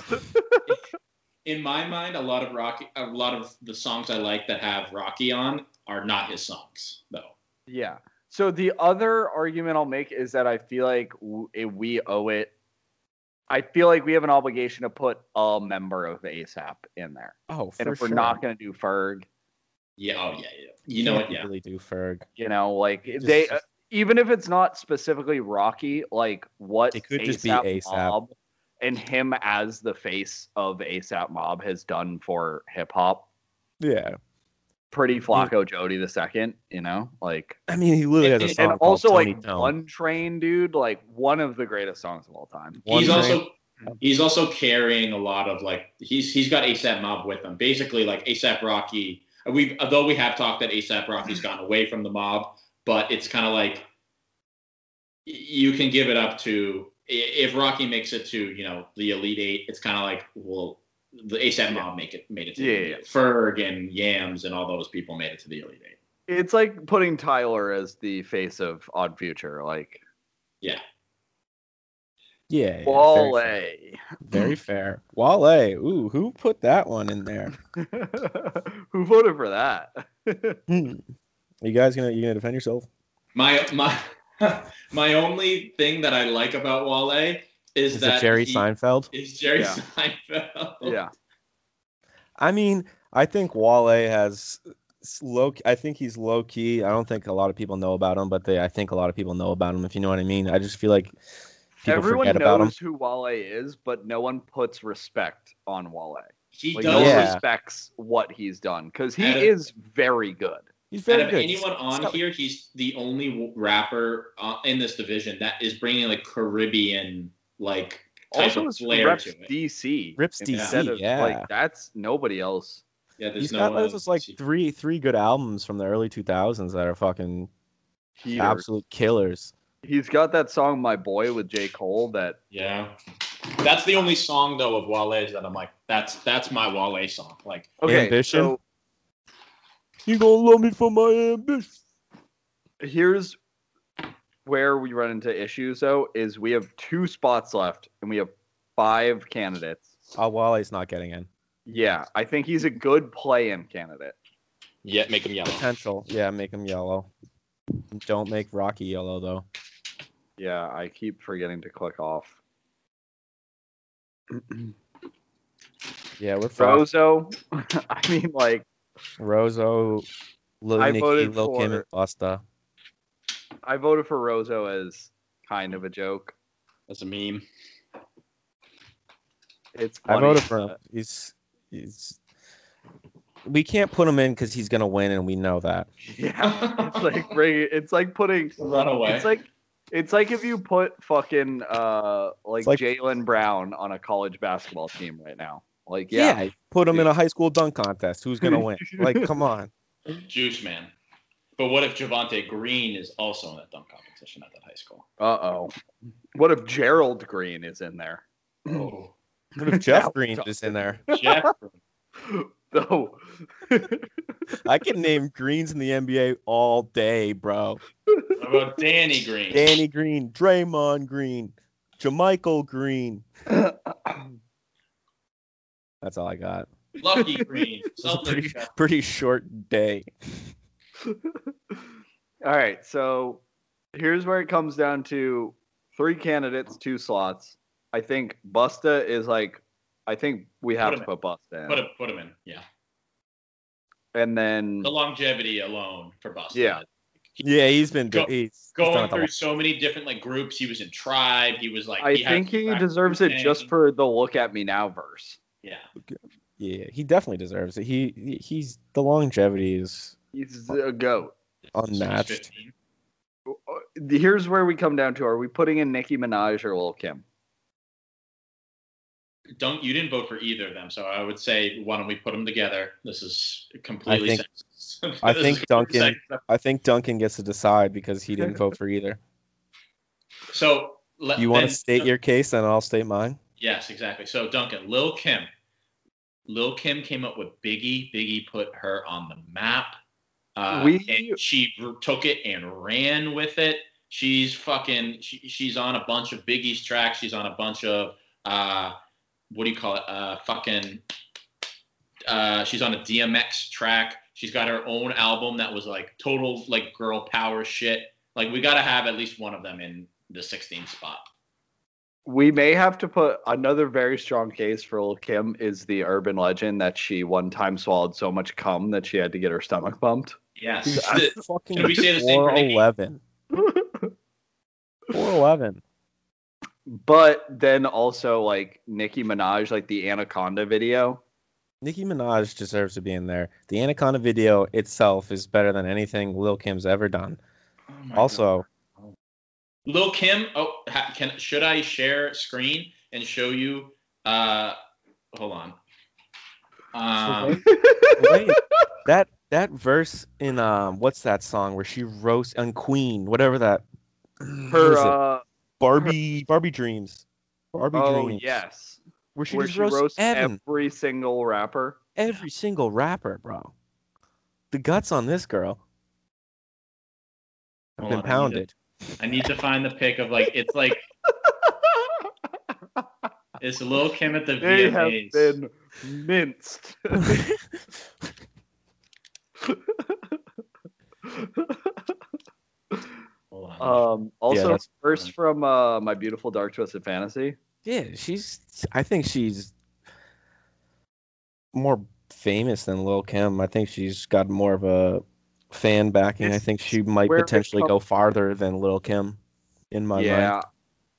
S3: in my mind, a lot of Rocky, a lot of the songs I like that have Rocky on are not his songs though.
S1: Yeah. So the other argument I'll make is that I feel like w- eh, we owe it. I feel like we have an obligation to put a member of ASAP in there,
S2: Oh, for
S1: and if we're
S2: sure.
S1: not going to do Ferg,
S3: Yeah. Oh yeah. yeah. You know what?
S2: Can't
S3: Yeah.
S2: really do Ferg.
S1: you know, like
S2: Just-
S1: they uh, even if it's not specifically Rocky, like what
S2: It could just be A$AP.
S1: Mob and him as the face of ASAP Mob has done for hip hop.
S2: Yeah,
S1: Pretty
S2: Mm-hmm.
S1: Flacco Jody the second, you know, like
S2: I mean, he literally has a song
S3: And- and
S1: and also
S2: called Tony
S1: like
S2: Tone.
S1: one train dude like one of the greatest songs of all time
S2: One
S3: He's
S2: thing-
S3: also He's also carrying a lot of like he's he's got ASAP Mob with him. Basically, like ASAP Rocky. We although we have talked that ASAP Rocky's gotten away from the mob, but it's kind of like y- you can give it up to i- if Rocky makes it to you know the Elite Eight. It's kind of like well the ASAP Mob make it made it to
S1: Yeah,
S3: the Elite Eight. Ferg and Yams and all those people made it to the Elite Eight.
S1: It's like putting Tyler as the face of Odd Future, like
S2: Yeah. yeah,
S1: Wale.
S2: Very fair. Very fair. Wale. Ooh, who put that one in there?
S1: Who voted for that?
S2: Hmm. You guys gonna you gonna defend yourself?
S3: My my my only thing that I like about Wale is,
S2: Is
S3: that
S2: it Jerry
S3: he-
S2: Seinfeld?
S3: Is Jerry
S1: Yeah.
S3: Seinfeld?
S1: yeah.
S2: I mean, I think Wale has s- low. I think he's low key. I don't think a lot of people know about him, but they. I think a lot of people know about him. If you know what I mean. I just feel like people
S1: Everyone
S2: forget about him.
S1: knows who Wale is, but no one puts respect on Wale.
S3: He
S1: Like, no
S3: does.
S1: one
S2: Yeah.
S1: respects what he's done because he
S3: Adam-
S1: is very good.
S2: He's
S3: Out
S2: very
S3: of
S2: good.
S3: anyone on
S2: Stop-
S3: here, he's the only w- rapper uh, in this division that is bringing like Caribbean like type
S1: Also,
S3: of
S1: his
S3: flair
S1: reps
S3: to it.
S1: DC.
S2: Rips
S1: instead
S2: DC,
S1: of,
S2: yeah.
S1: Like, that's nobody else.
S3: yeah, there's
S2: He's
S3: no
S2: got
S3: one
S2: those just, like three three good albums from the early 2000s that are fucking
S1: He
S2: absolute killers.
S1: He's got that song "My Boy" with J. Cole. That
S3: Yeah, that's the only song though of Wale's that I'm like, that's that's my Wale song. Like,
S1: okay.
S2: Ambition?
S1: So
S2: You gonna love me for my ambition?
S1: here's where we run into issues, though, is we have two spots left and we have five candidates.
S2: Oh, Wale's not getting in.
S1: Yeah, I think he's a good play-in candidate.
S3: yeah, make him yell.
S2: Potential. Yeah, make him yellow. Don't make Rocky yellow though.
S1: Yeah, I keep forgetting to click off.
S2: Yeah, we're fine.
S1: Rozo, I mean, like,
S2: Rozo, Lil
S1: I
S2: Nicky,
S1: voted
S2: Lil Kim,
S1: for-
S2: and Busta.
S1: I voted for Rozo as kind of a joke.
S3: That's a meme.
S1: It's
S2: I
S1: funny,
S2: voted for him.
S1: but-
S2: He's he's. We can't put him in because he's gonna win, and we know that.
S1: Yeah, it's like bringing, it's like putting
S3: Run away.
S1: It's like it's like if you put fucking uh like,
S2: It's like-
S1: Jalen Brown on a college basketball team right now. Like yeah,
S2: put him in a high school dunk contest. Who's gonna win? like, come on.
S3: Juice man. But what if Javante Green is also in that dunk competition at that high school?
S1: uh oh. What if Gerald Green is in there?
S3: Oh,
S2: What if Jeff Green is in there?
S3: Jeff.
S1: Though
S2: I can name Greens in the NBA all day, bro.
S3: What about Danny Green?
S2: Danny Green, Draymond Green, Jamichael Green. That's all I got.
S3: Lucky Green.
S2: It was a
S3: Something
S2: pretty, pretty short day.
S1: all right, so here's where it comes down to three candidates, two slots. I think Busta is like I think we have
S3: Put
S1: to
S3: him
S1: put Busta in.
S3: Put him, put him in. Yeah.
S1: and then
S3: The longevity alone for Boston.
S1: Yeah.
S2: Yeah, he's been
S3: Go-
S2: he's- he's done
S3: Going
S2: it a
S3: through
S2: lot.
S3: so many different like groups. He was in Tribe. He was like.
S1: I
S3: had
S1: think he
S3: Crack
S1: deserves it just
S3: Cocaine.
S1: for the look at me now verse.
S3: Yeah.
S2: Yeah, he definitely deserves it. He he- he's the longevity is
S1: He's a goat.
S2: unmatched.
S3: 15.
S1: Here's where we come down to: Are we putting in Nicki Minaj or Lil Kim?
S3: Don't you didn't vote for either of them, so I would say why don't we put them together? This is completely.
S2: I think-
S3: sense-
S2: I
S3: this
S2: think
S3: is
S2: Duncan-
S3: sense.
S2: I think Duncan gets to decide because he didn't vote for either.
S3: So let,
S2: You want to
S3: then-
S2: state your case, and I'll state mine.
S3: Yes, exactly. So Duncan, Lil Kim. Lil Kim came up with Biggie. Biggie put her on the map. Uh,
S1: We-
S3: and she r- took it and ran with it. She's fucking. She, she's on a bunch of Biggie's tracks. She's on a bunch of uh, what do you call it? Uh, fucking. Uh, she's on a DMX track. She's got her own album that was like total like girl power shit. Like we gotta have at least one of them in the 16th spot.
S1: We may have to put another very strong case for Lil Kim is the urban legend that she one time swallowed so much cum that she had to get her stomach pumped.
S3: Yes.
S2: I fucking
S3: Can we say the same for Nicki?
S2: 411. 411.
S1: But then also like Nicki Minaj, like the Anaconda video.
S2: Nicki Minaj deserves to be in there. The Anaconda video itself is better than anything Lil Kim's ever done.
S3: Oh my
S2: also,
S3: Lil Kim, oh, ha, can should I share screen? and show you. Uh, hold on. Um,
S2: Wait, that that verse in um what's that song where she roasts on Queen, whatever that what
S1: Her,
S2: is it?
S1: uh,
S2: Barbie Barbie Dreams. Barbie
S1: oh
S2: Dreams.
S1: yes,
S2: Where she
S1: where
S2: just
S1: she
S2: roasts,
S1: roasts
S2: Evan,
S1: every single rapper.
S2: every single rapper, bro. The guts on this girl. I've
S3: Hold
S2: been
S3: on, I need
S2: pounded.
S3: I need to find the pic of like it's like it's Lil Kim at the
S1: They have
S3: VMAs.
S1: been minced.
S3: Hold on.
S1: Um, also,
S2: that's-
S1: first from uh, my beautiful dark twisted fantasy.
S2: Yeah, she's. I think she's more famous than Lil Kim. I think she's got more of a fan backing. I
S1: It's-
S2: think she might
S1: where it
S2: potentially go
S1: comes-
S2: farther than Lil Kim. In my
S1: yeah,
S2: mind,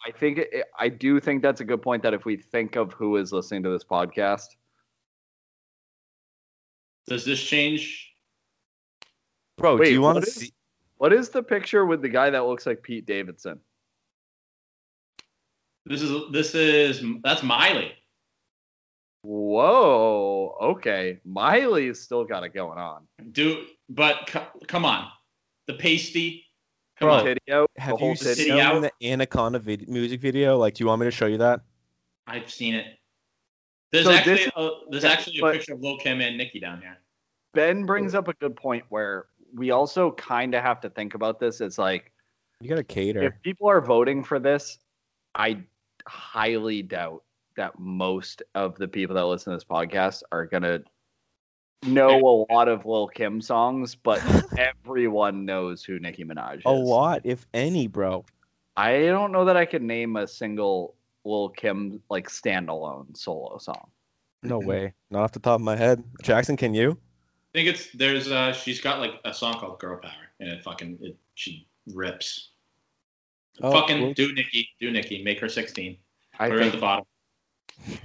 S1: I think it, I do think that's a good point. That if we think of who is listening to this podcast,
S3: Does this change?
S2: bro.
S1: Wait,
S2: Oh, do you want
S1: what
S2: to
S1: is-
S2: see?
S1: what is the picture with the guy that looks like Pete Davidson?
S3: This is this is that's Miley.
S1: Whoa, okay, Miley's still got it going on.
S3: Do but c- come on, the pasty. Come
S2: Bro.
S3: on,
S1: Titty out, the
S2: Have
S1: whole
S2: you
S1: titty
S2: seen
S3: out.
S2: the Anaconda vid- music video? Like, do you want me to show you that?
S3: I've seen it. There's
S1: So
S3: actually
S1: this-
S3: a, there's
S1: yeah,
S3: actually a
S1: but-
S3: picture of Lil Kim and Nicki down here.
S1: Ben brings up a good point where we also kind of have to think about this. It's like
S2: You gotta cater.
S1: if people are voting for this, I highly doubt that most of the people that listen to this podcast are gonna know a lot of Lil Kim songs, but everyone knows who Nicki Minaj is.
S2: a lot, if any, bro.
S1: I don't know that I could name a single Lil Kim like standalone solo song.
S2: No way. Not off the top of my head. Jackson, can you?
S3: I think it's there's uh she's got like a song called Girl Power and it fucking it, she rips.
S2: Oh,
S3: fucking
S2: cool.
S3: do Nikki, do Nikki, make her 16.
S1: I
S3: Put her at
S1: think,
S3: the bottom.
S1: I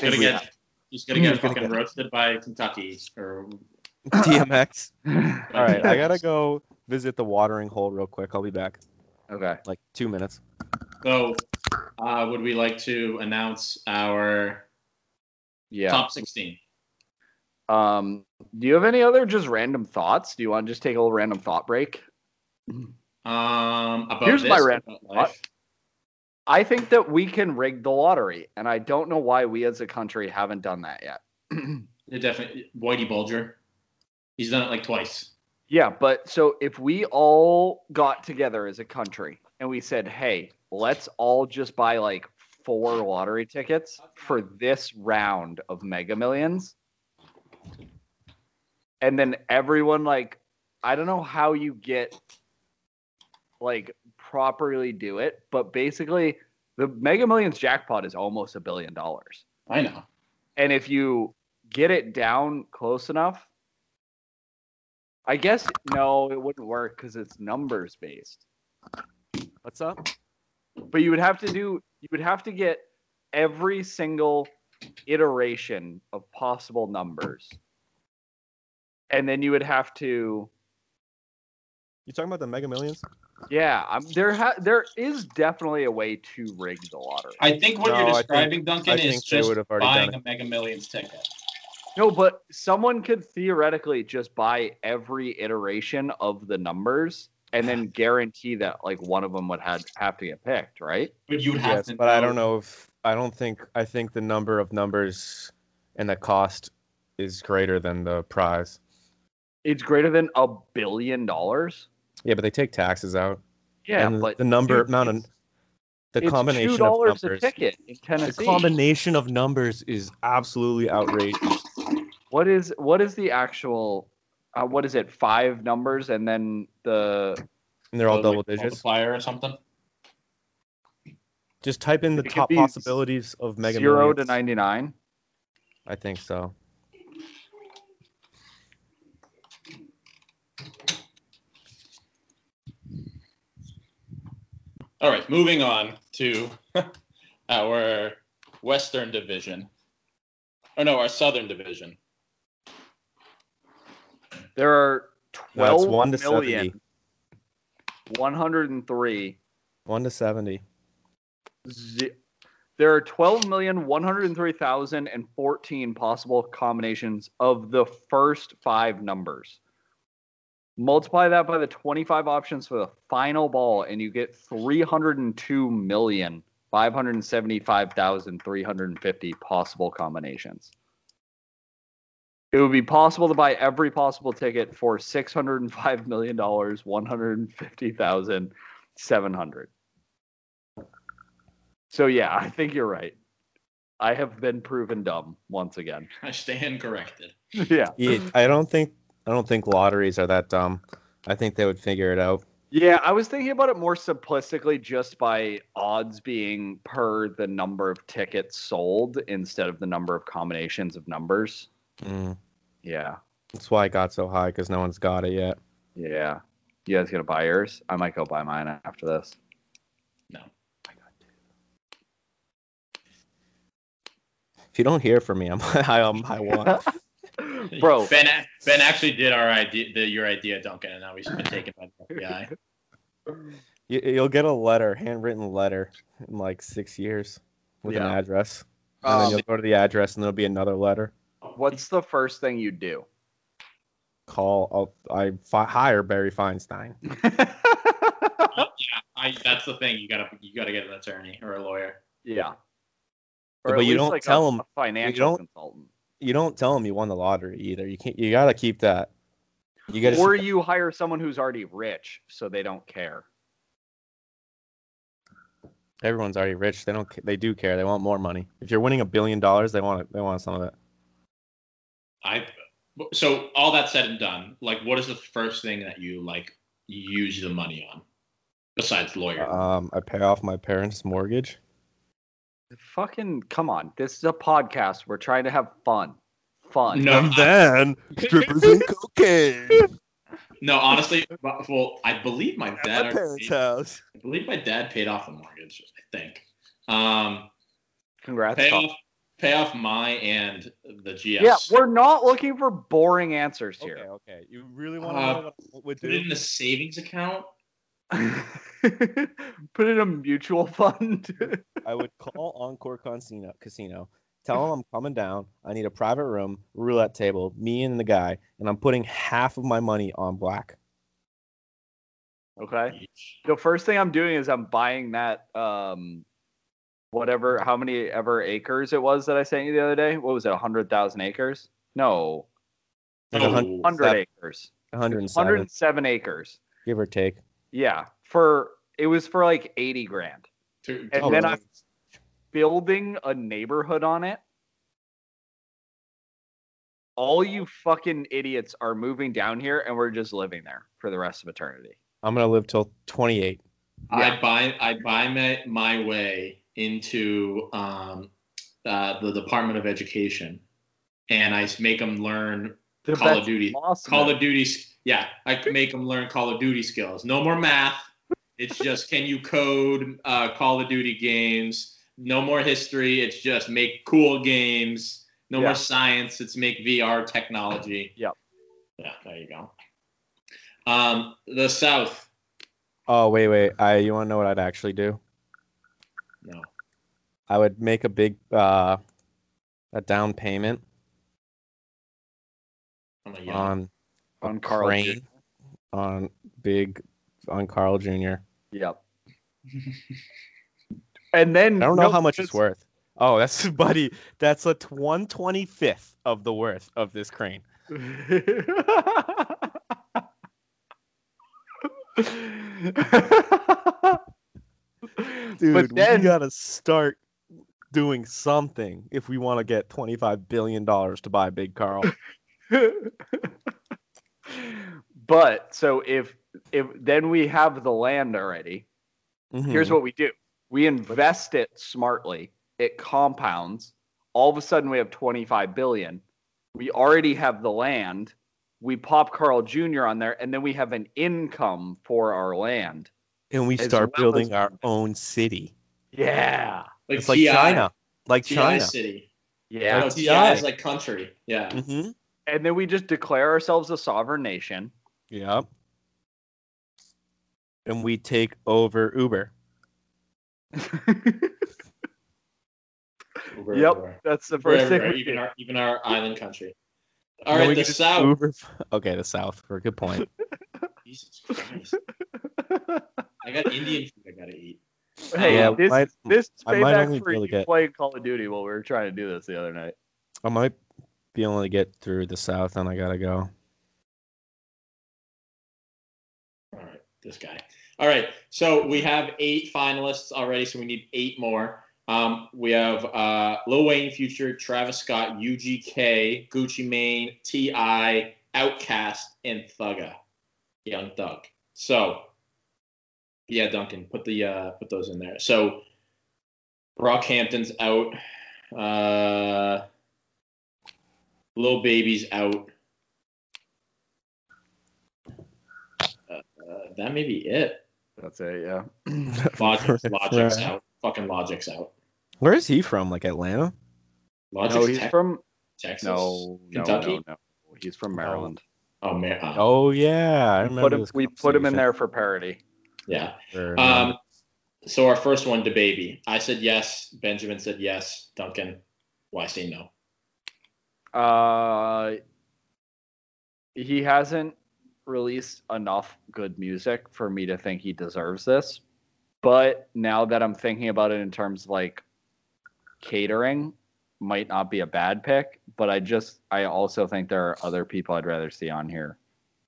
S1: think
S3: gonna
S1: we
S3: get she's gonna get
S2: She's gonna
S3: fucking
S2: get-
S3: roasted by Kentucky or
S2: DMX.
S1: have-
S2: All right, I gotta go visit the watering hole real quick. I'll be back
S1: okay.
S2: like two minutes.
S3: So uh, would we like to announce our
S1: Yeah.
S3: top 16?
S1: Um, do you have any other just random thoughts? Do you want to just take a little random thought break?
S3: Um, about
S1: Here's
S3: this,
S1: my random
S3: about life.
S1: I think that we can rig the lottery, and I don't know why we as a country haven't done that yet.
S3: They're Definitely, Whitey Bulger. He's done it like twice.
S1: yeah, but so if we all got together as a country and we said, hey, let's all just buy like four lottery tickets for this round of mega millions, and then everyone, like, I don't know how you get like properly do it, but basically, the mega millions jackpot is almost a billion dollars.
S3: I know.
S1: and if you get it down close enough i guess no it wouldn't work because it's numbers based
S2: What's up?
S1: but you would have to do you would have to get every single iteration of possible numbers and then you would have to
S2: You talking about the Mega Millions?
S1: yeah I'm, there ha- there is definitely a way to rig the lottery
S3: I think what
S2: No, I
S3: you're
S2: think-
S3: describing, Duncan,
S2: I
S3: is
S2: think they
S3: just
S2: would have already done
S3: buying
S2: it.
S3: a Mega Millions ticket.
S1: no but someone could theoretically just buy every iteration of the numbers and then guarantee that like one of them would have, have to get picked right
S3: But you'd have
S2: Yes,
S3: to.
S2: but I don't know if I don't think I think the number of numbers and the cost is greater than the prize.
S1: it's greater than a billion dollars
S2: Yeah, but they take taxes out.
S1: yeah
S2: and
S1: but
S2: the number
S1: dude,
S2: amount of
S1: it's-
S2: the
S1: it's
S2: combination
S1: two
S2: of
S1: dollars
S2: numbers.
S1: a ticket in
S2: The
S1: tennessee
S2: combination of numbers is absolutely outrageous.
S1: what is what is the actual uh, what is it five numbers and then the
S2: And they're all
S3: like,
S2: double digits.
S3: multiplier or something.
S2: Just type in the
S1: It could
S2: top
S1: be
S2: possibilities of Mega
S1: zero
S2: Millions.
S1: to 99
S2: I think so.
S3: All right, moving on to our Western Division. Or no, our Southern Division.
S1: there are
S2: No, it's
S1: 12
S2: one to
S1: million,
S2: seventy.
S1: 103
S2: One to seventy.
S1: ze- There are 12,103,014 possible combinations of the first five numbers. Multiply that by the 25 options for the final ball, and you get 302,575,350 possible combinations. It would be possible to buy every possible ticket for six hundred and five million dollars, one hundred and fifty thousand, seven hundred. So yeah, I think you're right. I have been proven dumb once again.
S3: I stand corrected.
S1: yeah,
S2: Yeah, I don't think I don't think lotteries are that dumb. I think they would figure it out.
S1: yeah. I was thinking about it more simplistically, just by odds being per the number of tickets sold instead of the number of combinations of numbers.
S2: Mm.
S1: Yeah,
S2: That's why it got so high because no one's got it yet.
S1: yeah. You guys gonna buy yours? I might go buy mine after this.
S3: No.
S2: If you don't hear from me, I'm um, high on my watch.
S1: Bro,
S3: Ben, a- ben actually did our idea, the, your idea, Duncan, and now he's been taken by the FBI.
S2: You, you'll get a letter, handwritten letter, in like six years with an
S1: Yeah.
S2: address. And then
S5: Um,
S2: you'll go to the address, and there'll be another letter.
S1: what's the first thing you do?
S2: Call. I'll, I fi- hire Barry Feinstein.
S3: I, that's the thing. You gotta you gotta get an attorney or a lawyer.
S1: yeah.
S2: But
S1: at
S2: you
S1: least,
S2: don't
S1: like, a-
S2: tell 'em.
S1: a financial
S2: don't-
S1: consultant.
S2: You don't tell him you won the lottery either. You can't. You gotta keep that. You gotta.
S1: Or you hire someone who's already rich so they don't care.
S2: Everyone's already rich. They don't. ca- They do care. They want more money. If you're winning a billion dollars, they want it. They want some of it.
S3: I so all that said and done, like what is the first thing that you like use the money on besides lawyer?
S1: Uh,
S2: Um, I pay off my parents' mortgage.
S1: Fucking come on. This is a podcast. We're trying to have fun. Fun.
S3: No. And
S2: then strippers and cocaine
S3: no, honestly, but- well, I believe my dad. already-
S2: house.
S3: I believe my dad paid off the mortgage. I think. Um,
S1: Congrats.
S3: pay
S1: Tom.
S3: off, pay off my and the GS.
S1: Yeah, we're not looking for boring answers
S2: Okay,
S1: here.
S2: okay. You really want
S3: wanna
S2: to
S3: know
S2: know what I would
S3: Uh, Put it
S2: do?
S3: in the savings account.
S1: Put in a mutual fund.
S2: I would call Encore Casino. Casino. Tell them I'm coming down. I need a private room, roulette table, me and the guy, and I'm putting half of my money on black.
S1: okay. The first thing I'm doing is I'm buying that um whatever how many ever acres it was that I sent you the other day. What was it? hundred thousand acres? No.
S2: Like a hun-
S3: Oh,
S1: Hundred
S2: Seven.
S1: acres.
S2: 107,
S1: Hundred and seven acres.
S2: give or take.
S1: Yeah. For it was for like eighty grand.
S3: to-
S1: And
S2: Oh,
S1: then
S2: really?
S1: I'm building a neighborhood on it. All you fucking idiots are moving down here and we're just living there for the rest of eternity.
S2: I'm gonna live till 28.
S1: Yeah.
S3: I buy I buy my, my way into um, uh, the Department of Education, and I make them learn Call of
S1: That's
S3: Duty.
S1: awesome.
S3: Call of Duty. s- Yeah, I can make them learn Call of Duty skills. No more math. It's just can you code uh, Call of Duty games? No more history. It's just make cool games. No
S1: Yeah.
S3: more science. It's make VR technology.
S1: Yep.
S3: Yeah, there you go. Um, the South.
S2: Oh wait, wait. I you want to know what I'd actually do?
S3: No.
S2: I would make a big uh, a down payment
S3: I'm a young.
S2: on a
S1: On Carl
S2: crane,
S1: Jr.
S2: on big on Carl Jr.
S1: Yep. and then
S2: I don't know
S1: no,
S2: how much
S1: because-
S2: it's worth. Oh, that's buddy. That's a one twenty fifth of the worth of this crane.
S1: but then
S2: we gotta start doing something if we want to get twenty five billion dollars to buy Big Carl.
S1: but so if if then we have the land already
S2: Mm-hmm.
S1: here's
S2: Hmm.
S1: what we do we invest it smartly it compounds all of a sudden we have 25 billion we already have the land we pop carl jr on there and then we have an income for our land
S2: and we
S1: as
S2: start
S1: well as-
S2: building our own city.
S1: yeah
S3: like
S2: it's like
S3: TI
S2: China, like
S3: TI
S2: China.
S3: City.
S1: yeah
S3: No,
S2: TI.
S3: TI is like country. Yeah.
S2: Mm-hmm.
S1: and then we just declare ourselves a sovereign nation
S2: Yep. And we take over Uber.
S3: Uber
S1: yep,
S3: everywhere.
S1: that's the
S3: Uber
S1: first thing.
S3: everywhere,
S1: we
S3: even
S1: did.
S3: our even our island country. All
S2: Then
S3: right,
S2: we
S3: the
S2: could just
S3: South.
S2: Uber- Okay, the South. For a good point.
S3: Jesus Christ! I got Indian food I gotta eat.
S1: Hey,
S2: Yeah,
S1: this,
S2: might-
S1: this is
S2: I might
S1: payback
S2: only
S1: for
S2: really
S1: you
S2: get-
S1: playing Call of Duty while we were trying to do this the other night.
S2: I might be able to get through the South, and I gotta go.
S3: All right, this guy. All right, so we have eight finalists already, so we need eight more. Um, we have uh, Lil Wayne, Future, Travis Scott, UGK, Gucci Mane, Ti, Outcast, and Thugga, Young Thug. So, yeah, Duncan, put the uh, put those in there. So, Brockhampton's out. Uh, Lil Baby's out. Uh, that may be it.
S1: That's it, yeah.
S3: Logic's, logic's
S2: Right.
S3: out. Fucking logic's out.
S2: Where is he from? Like Atlanta?
S3: Logic's
S1: No, he's
S3: Tex-
S1: from
S3: Texas.
S1: no, no,
S3: Kentucky?
S1: no, no. He's from Maryland.
S3: Oh man. Oh.
S2: Oh yeah, I remember.
S1: Put him,
S2: this
S1: we put him in there for parody.
S3: Yeah.
S2: conversation.
S3: Um. So our first one, DeBaby. I said yes. Benjamin said yes. Duncan, why say no?
S1: Uh, he hasn't released enough good music for me to think he deserves this. But now that I'm thinking about it in terms of like catering, might not be a bad pick. But I just, I also think there are other people I'd rather see on here.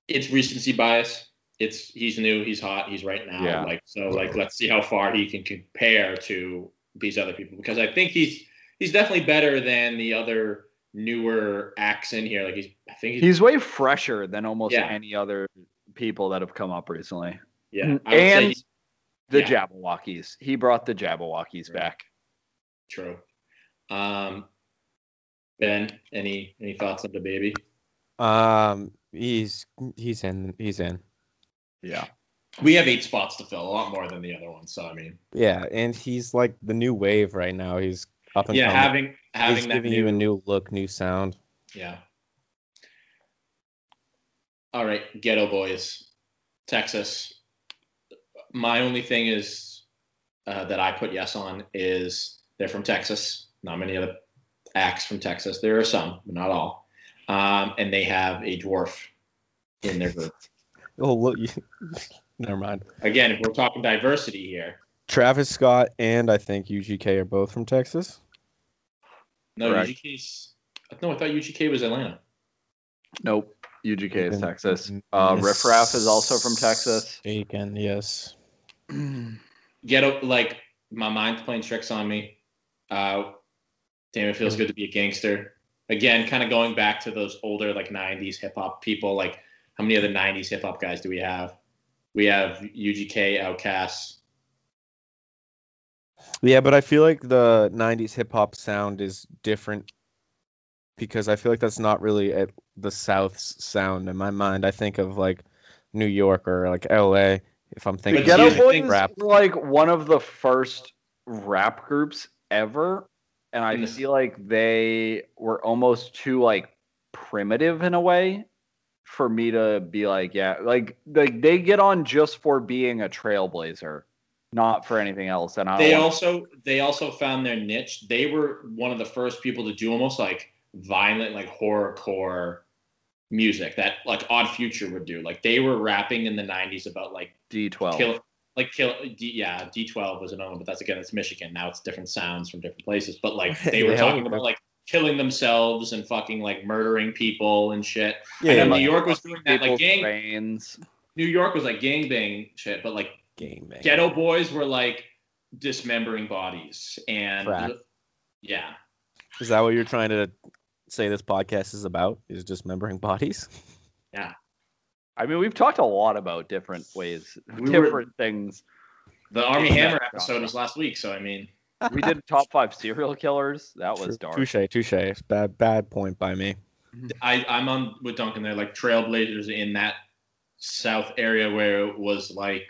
S3: It's recency bias. It's he's new. He's hot. He's right now.
S1: Yeah.
S3: Like so. Like let's see how far he can compare to these other people because I think he's he's definitely better than the other newer acts in here. Like he's I think he's,
S1: He's way fresher than almost
S3: Yeah.
S1: any other people that have come up recently.
S3: yeah. I would say
S1: and
S3: he's-
S1: the
S3: yeah.
S1: Jabberwockies. He brought the Jabberwockies
S3: Right.
S1: back.
S3: True. Um, ben, any any thoughts on the baby?
S2: um, he's he's in he's in.
S1: Yeah.
S3: We have eight spots to fill, a lot more than the other one. So I mean,
S2: Yeah, and he's like the new wave right now. He's up and
S3: yeah,
S2: coming.
S3: having having
S2: he's
S3: that
S2: giving
S3: new,
S2: you a new look, new sound.
S3: yeah. All right, Ghetto Boys, Texas. My only thing is uh, that I put yes on is they're from Texas. Not many other acts from Texas. There are some, but not all. Um, and they have a dwarf in their group.
S2: Oh look, you, never mind.
S3: Again, if we're talking diversity here,
S2: Travis Scott and I think UGK are both from Texas.
S3: No,
S1: Correct.
S3: UGK's. No, I thought UGK was Atlanta.
S1: Nope. UGK is
S2: Even-
S1: Texas. Uh, Riff Raff is also from Texas.
S2: mm, Mistaken, yes.
S3: Ghetto, like my mind's playing tricks on me. Uh, damn, it feels good to be a gangster. Again, kind of going back to those older like '90s hip hop people. Like, how many other '90s hip hop guys do we have? We have UGK, Outkast.
S2: Yeah, but I feel like the '90s hip hop sound is different because I feel like that's not really at the South's sound in my mind. I think of like New York or like LA. If I'm
S1: The
S2: thinking,
S1: Ghetto
S3: Ghetto
S2: music.
S3: Boys
S1: Boys
S3: think
S2: rap.
S1: were, like one of the first rap groups ever, and I
S3: In the-
S1: feel like they were almost too like primitive in a way for me to be like, yeah, like like they get on just for being a trailblazer, not for anything else. And I
S3: They
S1: don't want-
S3: also they also found their niche. They were one of the first people to do almost like violent, like horrorcore music that like Odd Future would do. Like they were rapping in the '90s about like
S1: D12.
S3: kill like kill D, yeah d12 was another one but that's again it's michigan now it's different sounds from different places but like they were
S2: Yeah.
S3: talking about like killing themselves and fucking like murdering people and shit
S2: Yeah,
S3: i know
S2: yeah,
S3: new york was doing that
S1: People's
S3: like gang
S1: brains.
S3: new york was like gang bang shit but like
S2: game man.
S3: ghetto boys were like dismembering bodies and
S2: Crack.
S3: yeah
S2: Is that what you're trying to say? This podcast is about is dismembering bodies.
S1: I mean, we've talked a lot about different ways,
S3: We were-
S1: different things.
S3: the army
S1: Yeah.
S3: hammer episode was last week so i mean
S1: We did top five serial killers. That was dark.
S2: Touche, touche. Bad, bad point by me.
S3: I, I'm on with Duncan there, like trailblazers in that South area where it was like,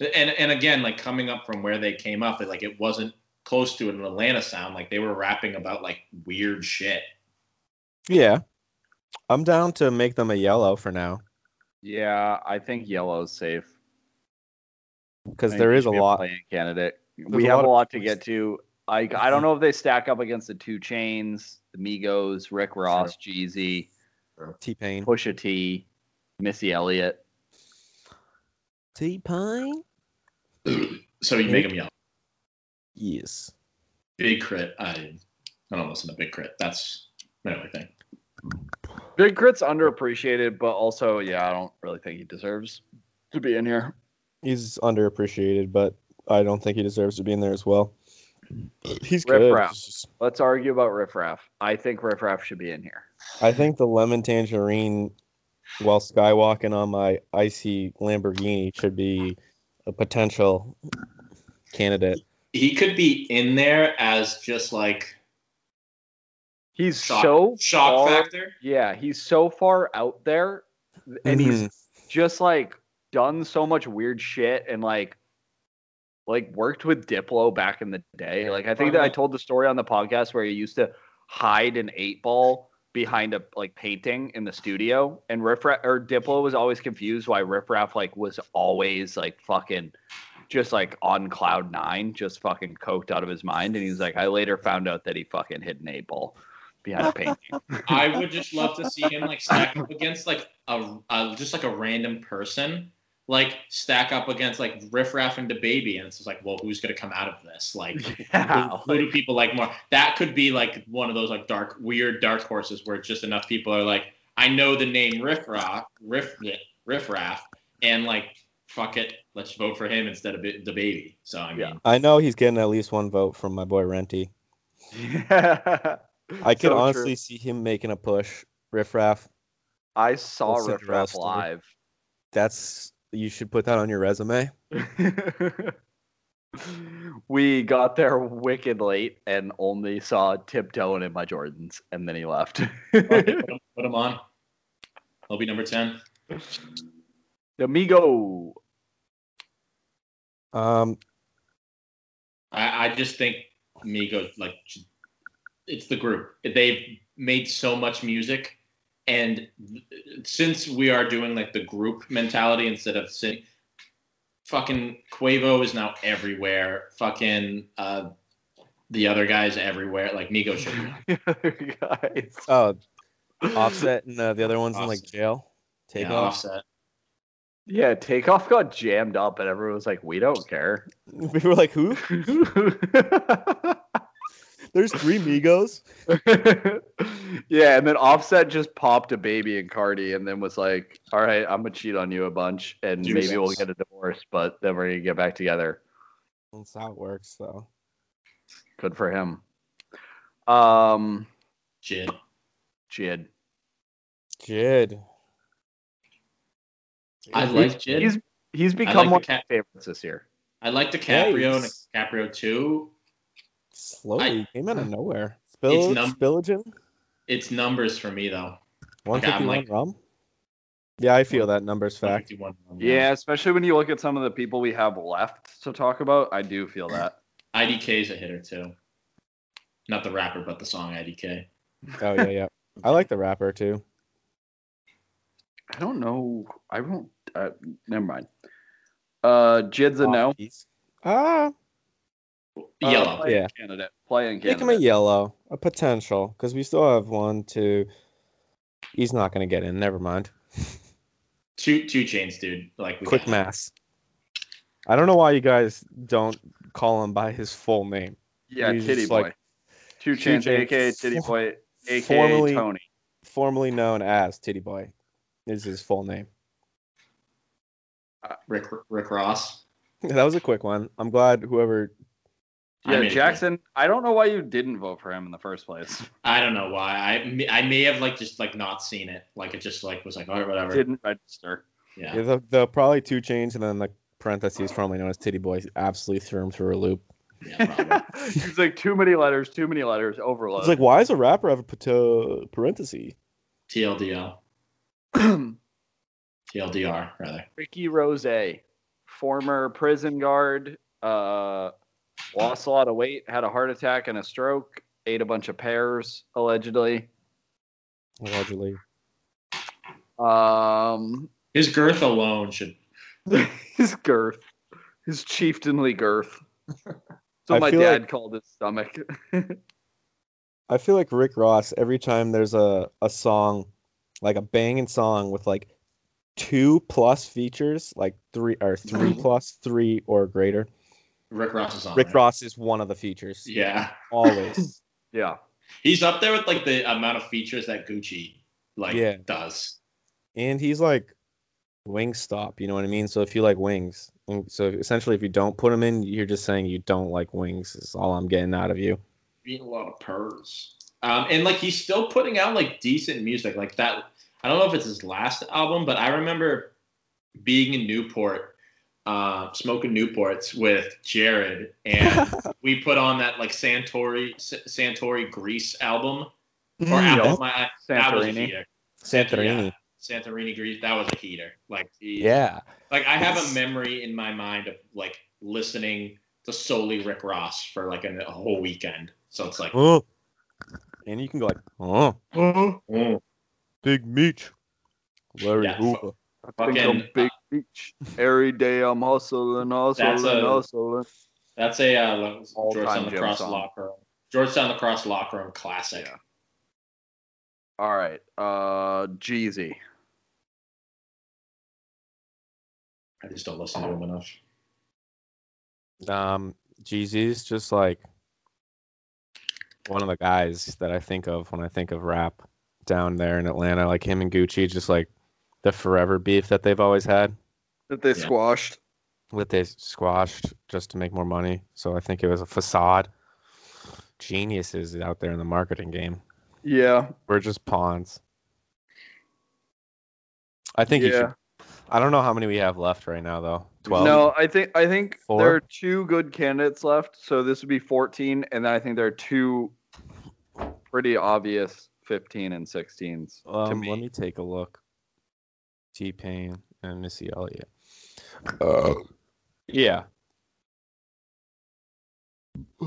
S3: and and again, like coming up from where they came up, it, like it wasn't close to an Atlanta sound. Like they were rapping about like weird shit.
S2: Yeah, I'm down to make them a yellow for now
S1: Yeah, I think yellow's safe.
S2: because
S1: I
S2: there
S1: think
S2: is
S1: he
S2: a
S1: should be
S2: lot.
S1: playing candidate.
S2: There's
S1: we
S2: a
S1: have
S2: lot
S1: a
S2: of
S1: lot to
S2: choice.
S1: get to Like I don't know if they stack up against the Two Chains, the Migos, Rick Ross, Jeezy,
S6: T Pain.
S1: Pusha T, Missy Elliott.
S2: T Pain.
S3: So you make him yell.
S2: Yes.
S3: Big crit. I I don't listen to big crit. That's my only thing.
S1: Big Crit's underappreciated, but also yeah, I don't really think he deserves to be in here.
S2: He's underappreciated, but I don't think he deserves to be in there as well. He's
S1: Rip
S2: good.
S1: Raff.
S2: It's just-
S1: Let's argue about Riff Raff. I think Riff Raff should be in here.
S2: I think the lemon tangerine while skywalking on my icy Lamborghini should be a potential candidate.
S3: He could be in there as just like
S1: He's
S3: shock,
S1: so
S3: shock
S1: far,
S3: factor.
S1: Yeah, he's so far out there, and
S2: Hmm.
S1: he's just like done so much weird shit and like like worked with Diplo back in the day. Like I think that I told the story on the podcast where he used to hide an eight ball behind a like painting in the studio and Riff Raff or Diplo was always confused why Riff Raff like was always like fucking just like on cloud nine, just fucking coked out of his mind. And he's like, I later found out that he fucking hid an eight ball behind a painting.
S3: I would just love to see him like stack up against like a, a just like a random person, like stack up against like Riff Raff and DaBaby, and it's just like, well, who's gonna come out of this? Like,
S1: Yeah,
S3: who, who do people like more? That could be like one of those like dark, weird dark horses where just enough people are like, I know the name Riff Raff, Riff Riff Raff, and like, fuck it, let's vote for him instead of DaBaby. So I mean,
S1: Yeah.
S2: I know he's getting at least one vote from my boy Renty.
S1: yeah.
S2: I
S1: So
S2: could
S1: true.
S2: honestly see him making a push. Riff Raff,
S1: I saw
S2: That's
S1: Riff Raff
S2: interesting.
S1: live.
S2: that's you should put that on your resume.
S1: we got there wicked late and only saw tiptoeing in my Jordans, and then he left.
S3: put him- put him on. He'll be number ten.
S1: Amigo.
S2: Um,
S3: I, I just think Migos like it's the group. They've made so much music, and since we are doing like the group mentality instead of sing, fucking Quavo is now everywhere. Fucking uh, the other guys everywhere. Like Migos should. be.
S1: Guys.
S2: oh, Offset and uh, the other ones in like
S3: Offset.
S2: jail. Take
S3: Yeah,
S2: off.
S3: Offset.
S1: Yeah, takeoff got jammed up, and everyone was like, "We don't care."
S2: We were like, who? There's three Migos.
S1: yeah, and then Offset just popped a baby in Cardi and then was like, All right, I'm gonna cheat on you a bunch and maybe we'll
S3: Jesus.
S1: get a divorce, but then we're gonna get back together.
S2: That's how it works, though.
S1: Good for him. Um
S3: Jid.
S1: Jid.
S2: Jid.
S3: I like Jid.
S1: He's he's become
S3: like
S1: one
S3: the
S1: of my favorites this year.
S3: I like DiCaprio
S2: Nice.
S3: and DiCaprio too.
S2: Slowly came out of nowhere.
S3: It's
S2: Spill,
S3: num-
S2: spillaging.
S3: It's numbers for me though.
S2: One
S3: Okay,
S2: fifty
S3: I'm
S2: one
S3: like-
S2: rum. Yeah, I feel that number's fact.
S3: 51.
S1: Yeah, especially when you look at some of the people we have left to talk about. I do feel that.
S3: IDK is a hitter too. Not the rapper, but the song IDK.
S2: Oh yeah, yeah. I like the rapper too.
S1: I don't know. I won't uh, never mind. Uh Jid's a no.
S2: Ah,
S1: Uh,
S3: Yellow.
S1: playing
S2: Yeah.
S1: candidate. Playing
S2: make
S1: candidate.
S2: him a yellow, a potential, because we still have one, two. He's not gonna get in. Never mind.
S3: two two chains, dude. Like we
S2: Quick
S3: got-
S2: mass. I don't know why you guys don't call him by his full name.
S1: Yeah,
S2: He's
S1: Titty
S2: just
S1: Boy.
S2: like-
S1: Two Chains,
S2: Chainz,
S1: aka Titty
S2: for-
S1: Boy, aka
S2: formerly-
S1: Tony.
S2: Formerly known as Titty Boy, is his full name.
S3: Rick Rick Ross.
S2: That was a quick one. I'm glad whoever.
S1: Yeah,
S3: made it.
S1: Jackson. I don't know why you didn't vote for him in the first place.
S3: I don't know why. I may- I may have like just like not seen it. Like it just like was like all right, whatever.
S1: Didn't register.
S3: yeah.
S2: Yeah, the, the probably two chains and then the parentheses formerly known as Titty Boy absolutely threw him through a loop.
S3: yeah probably.
S1: He's like too many letters, too many letters, overload.
S2: It's like, why does a rapper have a pato- parenthesis?
S3: TLDL. TLDR rather.
S1: Ricky Rose, former prison guard, uh, lost a lot of weight, had a heart attack and a stroke, ate a bunch of pears allegedly.
S2: Allegedly.
S1: Um,
S3: His girth alone should
S1: his girth, his chieftainly girth. So
S2: I
S1: my
S2: feel
S1: dad called his stomach.
S2: I feel like Rick Ross every time there's a a song, like a banging song with like two plus features, like three or three plus three or greater.
S3: Rick Ross is on.
S2: Rick
S3: there.
S2: Ross is one of the features
S3: Oh, Yeah,
S2: always.
S1: yeah.
S3: he's up there with like the amount of features that Gucci like
S2: Yeah.
S3: does.
S2: and he's like Wingstop, you know what I mean? So if you like wings, and so essentially if you don't put him in, you're just saying you don't like wings. Is all I'm getting out of you.
S3: Being a lot of purrs. Um, and like he's still putting out like decent music. Like that I don't know if it's his last album, but I remember being in Newport, uh, smoking Newports with Jared, and we put on that like Santori S- Santori Grease album or album. I- I- that was uh, a
S1: Santorini.
S3: heater.
S2: Mm, Santorini.
S3: Santorini Grease. That was a heater. Like he-
S2: Yeah.
S3: Like I have
S2: It's-
S3: a memory in my mind of like listening to solely Rick Ross for like a, a whole weekend. So it's like,
S2: Oh. And you can go like, oh,
S3: mm.
S2: big meat. Larry
S3: Yeah.
S2: Hoover.
S1: I think I'm
S3: Fucking-
S1: big beach. Every day I'm hustling, hustling,
S3: a-
S1: hustling.
S3: That's a uh, lo-
S1: All-time
S3: Georgetown
S1: Jim
S3: lacrosse
S1: song.
S3: locker room. Georgetown lacrosse locker room classic.
S1: Yeah. All right. Uh Jeezy.
S3: I just don't listen to him enough.
S2: Um, Jeezy's just like one of the guys that I think of when I think of rap down there in Atlanta. Like him and Gucci, just like the forever beef that they've always had
S1: That they
S3: Yeah.
S1: squashed.
S2: that they squashed just to make more money. So I think it was a facade. Geniuses out there in the marketing game.
S1: Yeah.
S2: We're just pawns. I think you
S1: Yeah.
S2: should. I don't know how many we have left right now, though. Twelve.
S1: no, I think I think
S2: Four?
S1: there are two good candidates left. So this would be 14, and then I think there are two pretty obvious 15 and 16s. to
S2: Um,
S1: me.
S2: let me take a look. T Pain and Missy Elliott. Uh, yeah.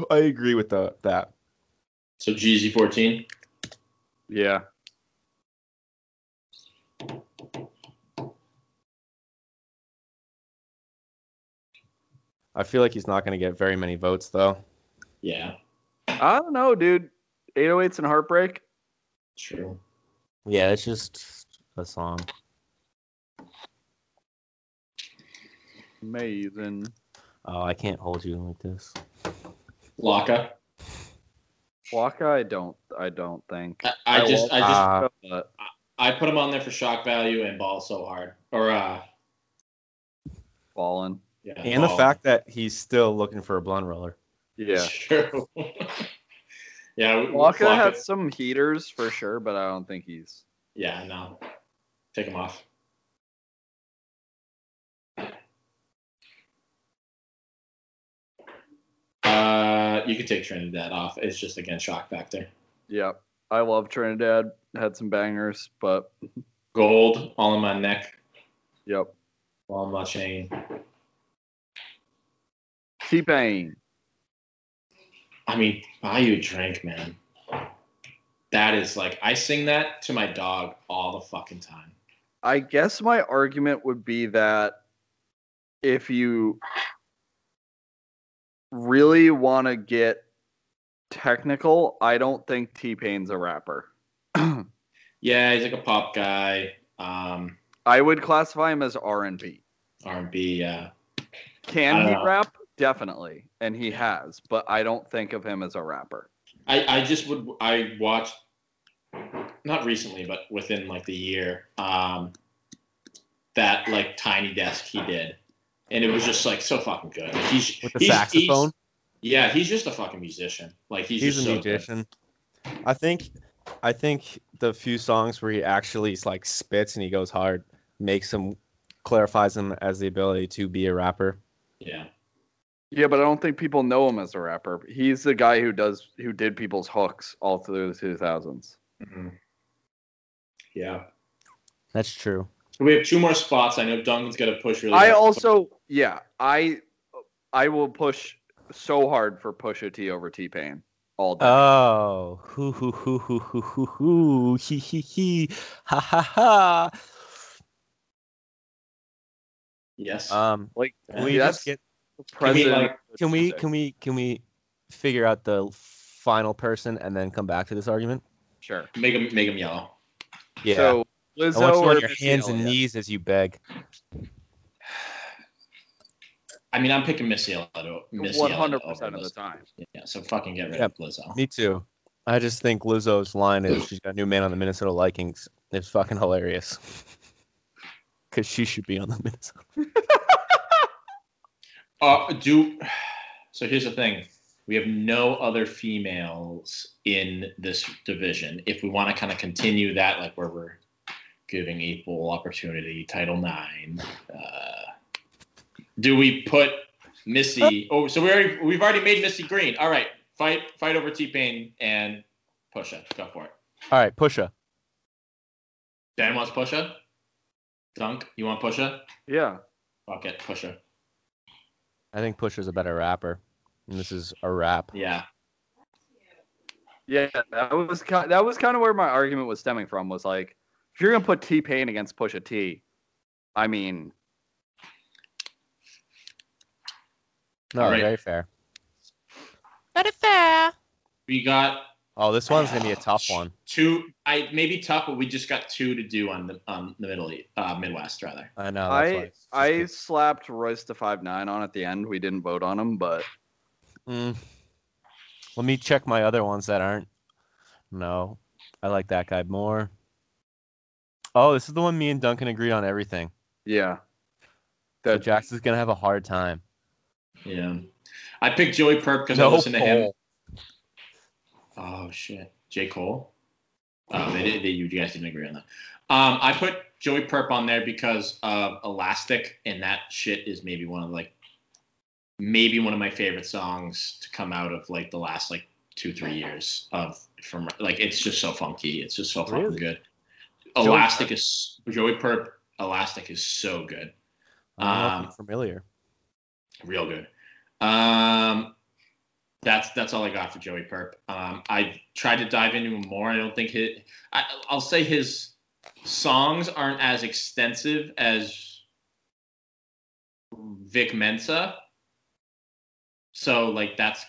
S2: I agree with the, that.
S3: So GZ fourteen.
S1: Yeah.
S2: I feel like he's not going to get very many votes, though.
S3: Yeah,
S1: I don't know, dude. 808s and Heartbreak.
S3: true.
S2: Yeah, it's just a song.
S1: Amazing.
S2: Oh, I can't hold you like this.
S3: Laka.
S1: Waka, I don't I don't think.
S3: I, I
S1: I
S3: just, I just,
S2: Uh,
S1: But
S3: I put him on there for shock value and ball so hard. Or uh,
S1: fallen.
S3: yeah,
S2: and the
S3: Ball.
S2: fact that he's still looking for a blunt roller.
S1: Yeah.
S3: True. yeah, we-
S1: Waka
S3: Laka-
S1: had some heaters for sure, but I don't think he's
S3: Yeah, no. Take him off. Uh, you could take Trinidad off. It's just again shock factor.
S1: yeah. I love Trinidad. Had some bangers, but
S3: Gold all in my neck,
S1: yep.
S3: all in my chain.
S1: T Pain.
S3: I mean, buy you a drink, man. That is like I sing that to my dog all the fucking time.
S1: I guess my argument would be that if you really want to get technical, I don't think T Pain's a rapper.
S3: Yeah, he's like a pop guy, um,
S1: I would classify him as R and B.
S3: R and B. Uh, I
S1: Can
S3: don't
S1: he
S3: know.
S1: rap? Definitely, and he has, but I don't think of him as a rapper.
S3: I I just would I watched not recently, but within like the year, um, that like tiny desk he did, and it was just like so fucking good. Like, he's
S2: With the
S3: he's-
S2: saxophone?
S3: he's- yeah, he's just a fucking musician. Like he's,
S2: he's,
S3: just
S2: a
S3: so good.
S2: musician. I think I think the few songs where he actually like spits and he goes hard makes him clarifies him as the ability to be a rapper.
S3: Yeah,
S1: Yeah, but I don't think people know him as a rapper. He's the guy who does who did people's hooks all through the two thousands.
S3: Mhm. yeah.
S2: That's true.
S3: We have two more spots. I know Duncan's gonna push really.
S1: I
S3: hard.
S1: also yeah, I I will push so hard for Pusha T over T Pain all day.
S2: Oh, hoo hoo hoo hoo hoo hoo hoo hee hee hee ha ha
S3: yes.
S2: ha. Um,
S1: like
S2: can we
S1: that's
S2: just get?
S1: uh, president.
S3: like-
S1: of
S2: Can we?
S1: music.
S2: Can we? Can we? figure out the final person and then come back to this argument?
S1: Sure.
S3: Make them make them yellow.
S2: Yeah.
S1: So
S2: I want
S1: Lizzo
S2: you
S1: or
S2: on your
S1: Missy
S2: hands and
S1: Elliott?
S2: knees as you beg.
S3: I mean, I'm picking Missy Elliott. Missy
S1: One
S3: Elliott
S1: hundred
S3: over
S1: percent of the
S3: Lizzo.
S1: time.
S3: Yeah, so fucking get rid of Lizzo.
S2: Me too. I just think Lizzo's line is she's got a new man on the Minnesota Vikings. It's fucking hilarious. Because she should be on the Minnesota.
S3: Uh, do so. Here's the thing: we have no other females in this division. If we want to kind of continue that, like where we're giving equal opportunity, Title Nine. Uh, do we put Missy? Oh, so we already we've already made Missy Green. All right, fight fight over T Pain and Pusha. Go for it.
S2: All right, Pusha.
S3: Dan wants Pusha. Dunk, you want Pusha?
S1: Yeah.
S3: Fuck it, Pusha.
S2: I think Pusha's a better rapper. And this is a rap.
S3: Yeah.
S1: Yeah. That was kind that was kind of where my argument was stemming from was like if you're gonna put T Pain against Pusha T, I mean
S2: No,
S3: All right.
S2: very fair.
S3: We got
S2: Oh, this one's gonna be a tough one.
S3: two. I maybe tough, but we just got two to do on the on the Middle East, uh, Midwest rather.
S2: I know. That's
S1: I
S2: why it's just
S1: I
S2: good.
S1: slapped Royce to five nine on at the end. We didn't vote on him, but
S2: Mm. Let me check my other ones that aren't. No, I like that guy more. Oh, this is the one me and Duncan agreed on everything.
S1: yeah.
S2: So
S1: That
S2: Jackson's gonna have a hard time.
S3: Yeah, I picked Joey Perp because I listened to him. Oh shit, J Cole. Oh, they did. They, you guys didn't agree on that. Um, I put Joey Perp on there because of Elastic, and that shit is maybe one of like maybe one of my favorite songs to come out of like the last like two three years of from like it's just so funky. It's just so fucking
S2: Really?
S3: good.
S1: Joey
S3: Elastic is Joey Perp. Elastic is so good.
S2: I don't know if
S3: Um,
S2: I'm familiar.
S3: real good. Um, that's that's all I got for Joey Perp. Um, I tried to dive into him more. I don't think his, I, I'll say his songs aren't as extensive as Vic Mensa. So like that's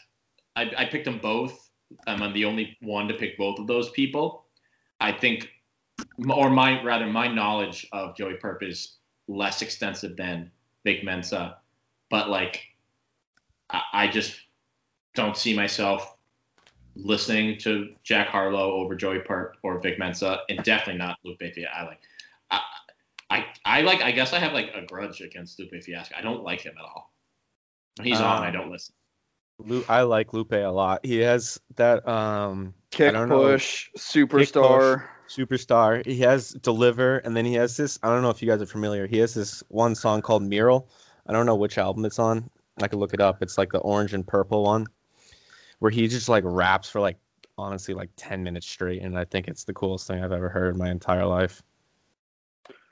S3: I, I picked them both. Um, I'm the only one to pick both of those people. I think, or my rather my knowledge of Joey Perp is less extensive than Vic Mensa but like I, I just don't see myself listening to Jack Harlow over Joey Park or Vic Mensa, and definitely not Lupe Fiasco. I like, I, I, I like. I guess I have like a grudge against Lupe Fiasco. I don't like him at all. When he's on,
S2: Um,
S3: I don't listen.
S2: Lu- I like Lupe a lot. He has that um
S1: kick
S2: don't know.
S1: push, superstar.
S2: superstar. He has deliver, and then he has this. I don't know if you guys are familiar. He has this one song called Mural. I don't know which album it's on. I could look it up. It's like the orange and purple one, where he just like raps for like honestly like ten minutes straight, and I think it's the coolest thing I've ever heard in my entire life.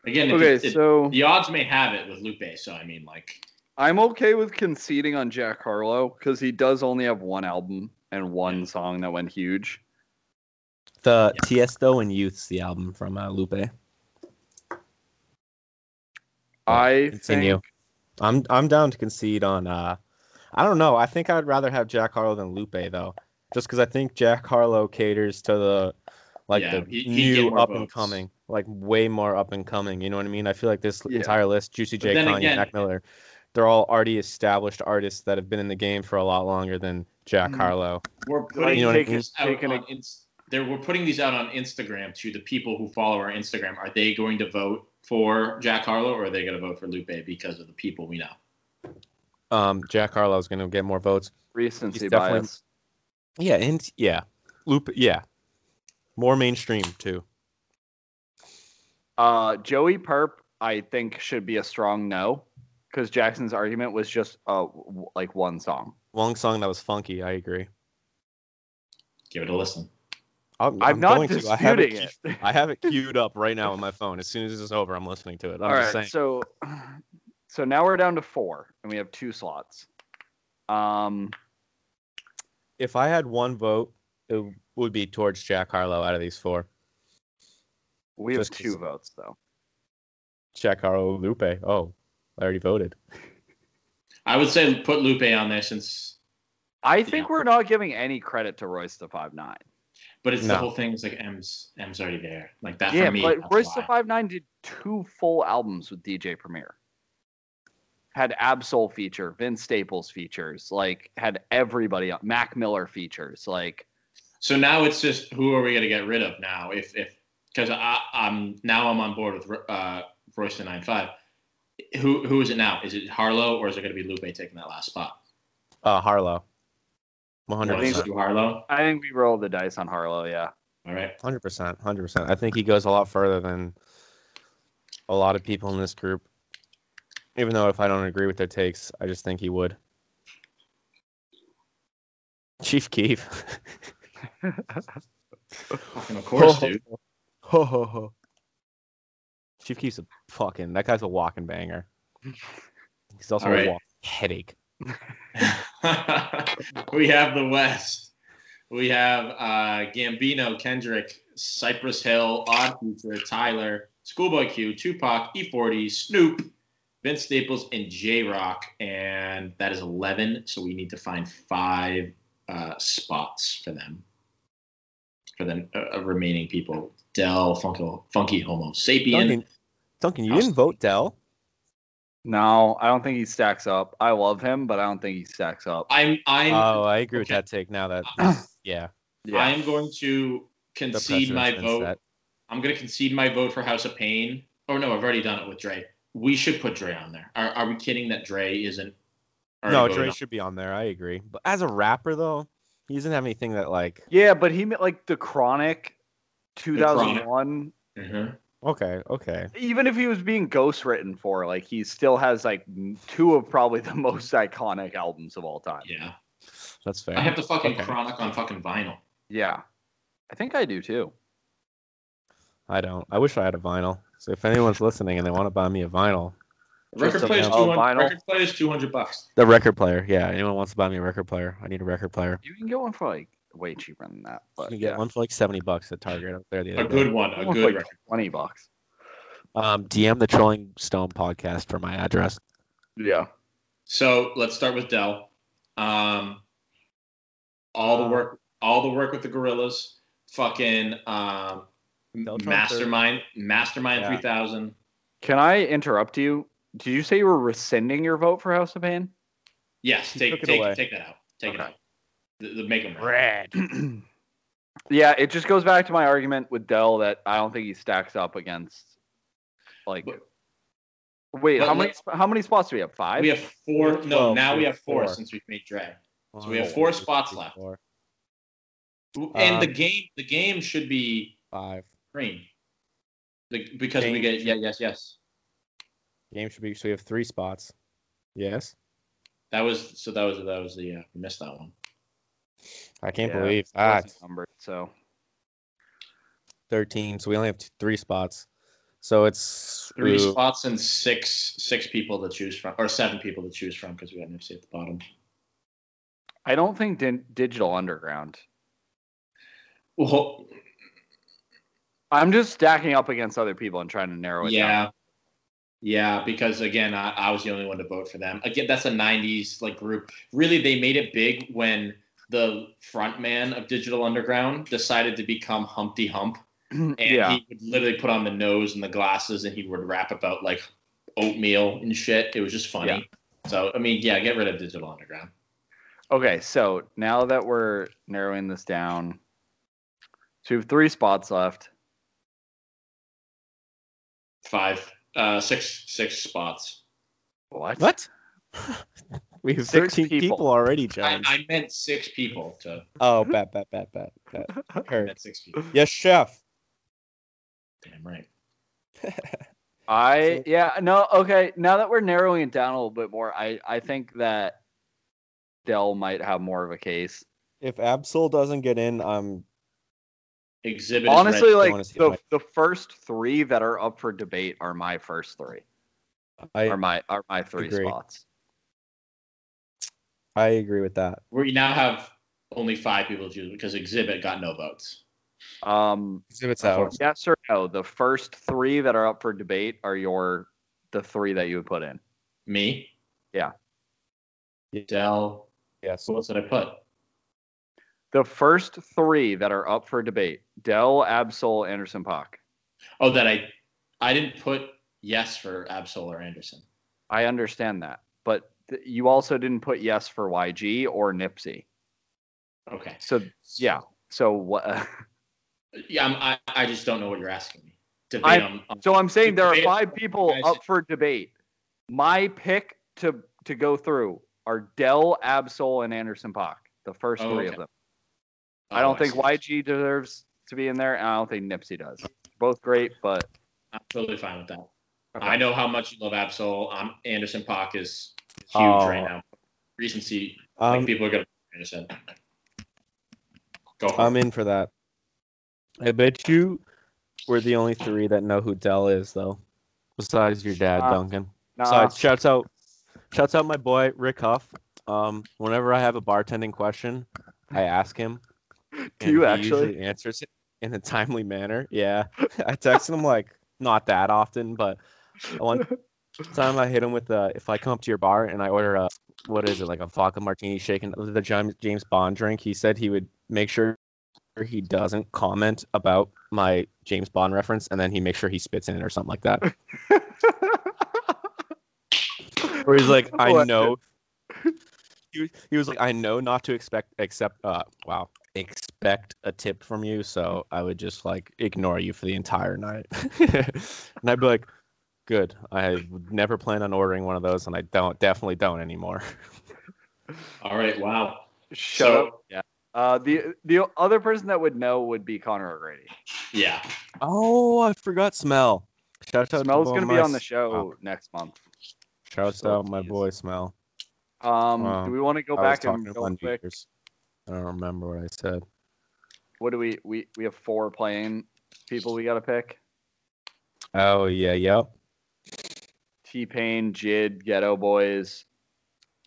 S3: Again, if
S1: Okay,
S3: it- it-
S1: so
S3: the odds may have it with Lupe. So I mean, like,
S1: I'm okay with conceding on Jack Harlow because he does only have one album and one song that went huge.
S2: The Tiesto and Youth's the album from uh, Lupe.
S1: I
S2: Continue.
S1: think
S2: I'm I'm down to concede on. uh I don't know. I think I'd rather have Jack Harlow than Lupe though, just because I think Jack Harlow caters to the like
S3: Yeah,
S2: the
S3: he- he'd
S2: new
S3: get more
S2: up and
S3: votes.
S2: coming, like way more up and coming. You know what I mean? I feel like this
S1: Yeah.
S2: entire list, Juicy
S3: But
S2: J,
S3: then
S2: Kanye,
S3: again-
S2: Mac Miller, they're all already established artists that have been in the game for a lot longer than Jack
S1: Mhm.
S2: Harlow.
S3: we're
S1: like
S3: putting
S2: You know what I
S1: taking-
S2: mean?
S3: out
S1: taking a-
S3: on ins- there- we're putting these out on Instagram to the people who follow our Instagram. Are they going to vote for Jack Harlow or are they going to vote for Lupe because of the people we know?
S2: Um, Jack Harlow's going to get more votes.
S1: recency
S2: He's definitely-
S1: bias.
S2: Yeah, and yeah, Lupe, yeah, more mainstream too.
S1: Uh, Joey Perp, I think, should be a strong no because Jackson's argument was just uh, w- like one song.
S2: Long song that was funky. I agree.
S3: Give it a listen.
S2: I'm,
S1: I'm,
S2: I'm
S1: not
S2: going to. I have it
S1: disputing
S2: queued-
S1: it.
S2: I have it queued up right now on my phone. As soon as this is over, I'm listening to it. I'm
S1: All
S2: just
S1: right,
S2: saying.
S1: so so now we're down to four, and we have two slots. Um,
S2: if I had one vote, it would be towards Jack Harlow out of these four.
S1: we have
S2: Just 'cause-
S1: two votes though.
S2: Jack Harlow, Lupe. Oh, I already voted.
S3: I would say put Lupe on there since
S1: I think
S3: Yeah.
S1: we're not giving any credit to Royce the five nine.
S3: But it's
S2: No.
S3: the whole thing. It's like M's M's already there. Like that
S1: Yeah,
S3: for me.
S1: but
S3: that's
S1: Royce
S3: why.
S1: the five nine did two full albums with DJ Premier. Had Absol feature, Vince Staples features, like had everybody up, Mac Miller features, like
S3: So now it's just who are we going to get rid of now? If if because I'm now I'm on board with uh, Royce the nine five. Who who is it now? Is it Harlow or is it going to be Lupe taking that last spot?
S2: Uh, Harlow. 100%.
S3: Want us to do Harlow.
S1: I think we roll the dice on Harlow, yeah.
S3: All right.
S2: Hundred percent, hundred percent. I think he goes a lot further than a lot of people in this group. Even though if I don't agree with their takes, I just think he would. Chief Keef.
S3: Fucking of course, dude.
S2: Ho ho ho. Chief Keef's a fucking that guy's a walking banger. He's also
S3: All right.
S2: a walking headache.
S3: we have the West. We have uh, Gambino, Kendrick, Cypress Hill, Odd Future, Tyler, Schoolboy Q, Tupac, E40, Snoop, Vince Staples, and J Rock. And that is 11. So we need to find five uh, spots for them, for the uh, remaining people. Dell, Funko, Funky Homo Sapien.
S2: Duncan, Duncan, you didn't vote Dell.
S1: No, I don't think he stacks up. I love him, but I don't think he stacks up.
S3: I'm, I'm,
S2: Oh, I agree with
S3: okay.
S2: that take now that yeah.
S1: Yeah.
S3: I'm going to
S2: the
S3: concede
S2: pressure
S3: my
S2: has been
S3: vote.
S2: set.
S3: I'm gonna concede my vote for House of Pain. Oh no, I've already done it with Dre. We should put Dre on there. Are, are we kidding that Dre isn't? already
S2: No,
S3: voted
S2: Dre
S3: on?
S2: should be on there. I agree. But as a rapper, though, he doesn't have anything that like.
S1: yeah, but he meant like the chronic 2001.
S3: Mhm.
S2: Okay, okay.
S1: Even if he was being ghostwritten for, like he still has like m- two of probably the most iconic albums of all time.
S3: Yeah,
S2: That's
S3: I
S2: fair.
S3: have the fucking
S2: Okay.
S3: Chronic on fucking vinyl.
S1: Yeah. I think I do too.
S2: I don't. I wish I had a vinyl. So if anyone's listening and they want to buy me a vinyl,
S3: Record
S2: Just
S3: plays
S2: a-
S1: oh,
S3: 200,
S1: vinyl?
S3: record plays 200 bucks.
S2: the record player. Yeah, anyone wants to buy me a record player, I need a record player.
S1: You can get one for like way cheaper than that,
S2: You
S1: but
S2: can get
S1: yeah.
S2: one for like seventy bucks at Target up there. The
S3: A
S2: other
S3: good
S2: day.
S3: one, a
S1: One for,
S3: good
S1: like
S3: record.
S1: 20 bucks.
S2: Um, DM the Trolling Stone podcast for my address.
S1: Yeah.
S3: So let's start with Dell. Um, all
S2: Uh,
S3: the work, all the work with the Gorillas. Fucking um,
S2: Del Trump
S3: Mastermind, Mastermind
S2: Yeah.
S3: 3000.
S1: Can I interrupt you? Did you say you were rescinding your vote for House of Pain?
S3: Yes,
S2: He
S3: take
S2: took it away.
S3: take take that out. Take it
S1: Okay.
S3: out. The, the make 'em right.
S2: Red.
S1: yeah, it just goes back to my argument with Dell that I don't think he stacks up against like
S3: But-
S1: Wait,
S3: but
S1: how many how many spots do we have? 5?
S3: We have four.
S2: We have
S3: no,
S2: 12,
S3: now
S2: we
S3: we
S2: have
S3: have four,
S2: four.
S3: since we've made Dre. So we have four spots left.
S2: Four,
S3: And the
S2: Um,
S3: game, the game should be
S2: five.
S3: green, the, because we
S2: Game
S3: get yeah, yes, yes.
S2: Game should be. So we have three spots. Yes.
S3: That was so. That was that was the uh, we missed that one.
S2: I can't
S1: Yeah,
S2: believe Ah,
S1: That
S2: that.
S1: wasn't numbered, so
S2: 13 so we only have t- three spots so it's
S3: Three
S2: ooh,
S3: spots and six six people to choose from, or seven people to choose from because we got Nipsey at the bottom.
S1: I don't think din- Digital Underground.
S3: Well,
S1: I'm just stacking up against other people and trying to narrow it down.
S3: yeah, yeah, because again, I, I was the only one to vote for them. Again, that's a '90s like group. Really, they made it big when the front man of Digital Underground decided to become Humpty Hump. And
S1: yeah.
S3: he would literally put on the nose and the glasses and he would rap about like oatmeal and shit. It was just funny. So, I mean, yeah, get rid of Digital Underground.
S1: Okay, so now that we're narrowing this down, so we have three spots left.
S3: Five, uh, six, six spots.
S1: What?
S2: what we have
S1: Six
S2: 13 people.
S1: people.
S2: already
S3: I,
S2: john
S3: I meant six people to
S2: oh bat bat bat bat bat
S3: I
S2: Heard.
S3: meant six people.
S2: yes chef
S3: Damn right.
S1: I yeah no okay. Now that we're narrowing it down a little bit more, I I think that Dell might have more of a case.
S2: if absol doesn't get in i'm
S3: Exhibit. is
S1: Honestly,
S2: Don't
S1: like
S2: wanna see
S1: the,
S2: it.
S1: the first three that are up for debate are my first three.
S2: i
S1: Are my are my three
S2: Agree.
S1: spots.
S2: i agree with that
S3: red. We now have only five people to choose because Exhibit got no votes.
S1: Um,
S2: exhibits
S3: Oh.
S2: out
S1: yes or no? The first three that are up for debate are your the three that you would put in.
S3: Me?
S1: Yeah.
S3: Dell,
S2: Yes.
S3: What else did I put?
S1: The first three that are up for debate: Dell, Absol, Anderson, Pock.
S3: Oh, that I I didn't put yes for Absol or Anderson.
S1: I understand that, but th- you also didn't put yes for YG or Nipsey.
S3: Okay.
S1: So yeah. So what?
S3: Yeah, I'm, I I just don't know what you're asking me. Debate
S1: I-
S3: on, on-
S1: so I'm saying there are
S3: Debate-
S1: five people
S3: guys-
S1: up for debate. My pick to to go through are Dell, Absol, and Anderson Pock. The first
S3: Oh,
S1: three of
S3: okay.
S1: them. I don't
S3: Oh,
S1: think
S3: see.
S1: YG deserves to be in there, and I don't think Nipsey does. Both great, but
S3: I'm totally fine with that.
S1: Okay.
S3: I know how much you love Absol. I'm Anderson Pock is huge
S2: Oh.
S3: right now. Recency, like
S2: Um,
S3: people are gonna Anderson. Go
S1: um,
S3: for
S2: I'm
S3: it.
S2: in for that. I bet you we're the only three that know who Dell is, though. Besides your dad,
S1: Uh,
S2: Duncan.
S1: nah,
S2: Besides, shouts out, shouts out my boy Rick Huff. Um, whenever I have a bartending question, I ask him.
S1: Do you
S2: he
S1: actually?
S2: usually answers it in a timely manner. Yeah, I text him like not that often, but one time I hit him with uh, if I come up to your bar and I order a what is it like a vodka martini shaken the James James Bond drink. He said he would make sure he doesn't comment about my James Bond reference, and then he makes sure he spits in it or something like that. Where he's like, I know. He, was- he was like, I know not to expect accept. Uh, wow, expect a tip from you, so I would just like ignore you for the entire night. and I'd be like, good. I would never plan on ordering one of those, and I don't definitely don't anymore.
S3: All right, wow.
S1: shut
S3: so-
S1: up. Yeah. Uh, the the other person that would know would be Connor O'Grady.
S3: Yeah.
S2: Oh, I forgot Smell. Shout out
S1: Smell's
S2: to
S1: going to be on the show next month.
S2: Shout
S1: So
S2: out my
S1: please.
S2: boy Smell.
S1: Um,
S2: Wow.
S1: do we want to go
S2: I was
S1: back
S2: talking
S1: and
S2: to
S1: real
S2: Bungie
S1: quick?
S2: first. I don't remember what I said.
S1: What do we we we have four playing people we got to pick?
S2: Oh yeah, yep.
S1: T Pain, Jid, Ghetto Boys,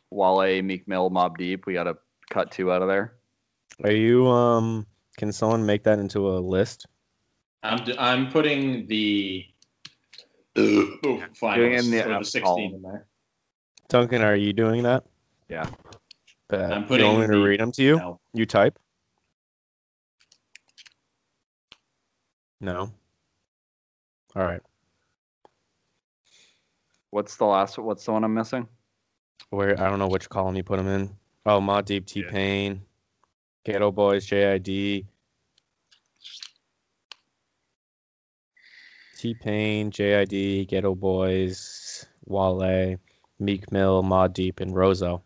S1: Wale, Meek Mill, Mob Deep. We got to cut two out of there.
S2: Are you um? Can someone make that into a list?
S3: I'm d- I'm putting the oh,
S1: Doing
S3: finals
S1: in the
S3: or the
S1: Absol.
S3: 16 in there.
S2: Duncan, are you doing that?
S1: Yeah.
S2: Bet.
S3: I'm
S2: you want me
S3: putting
S2: to
S3: the-
S2: read them to you?
S3: No.
S2: You type. No. All right.
S1: What's the last? What's the one I'm missing?
S2: Where I don't know which column you put them in. Oh, Ma Deep, T
S3: Yeah.
S2: Pain, Ghetto Boys, JID, T Pain, JID, Ghetto Boys, Wale, Meek Mill, Ma Deep, and Rozo.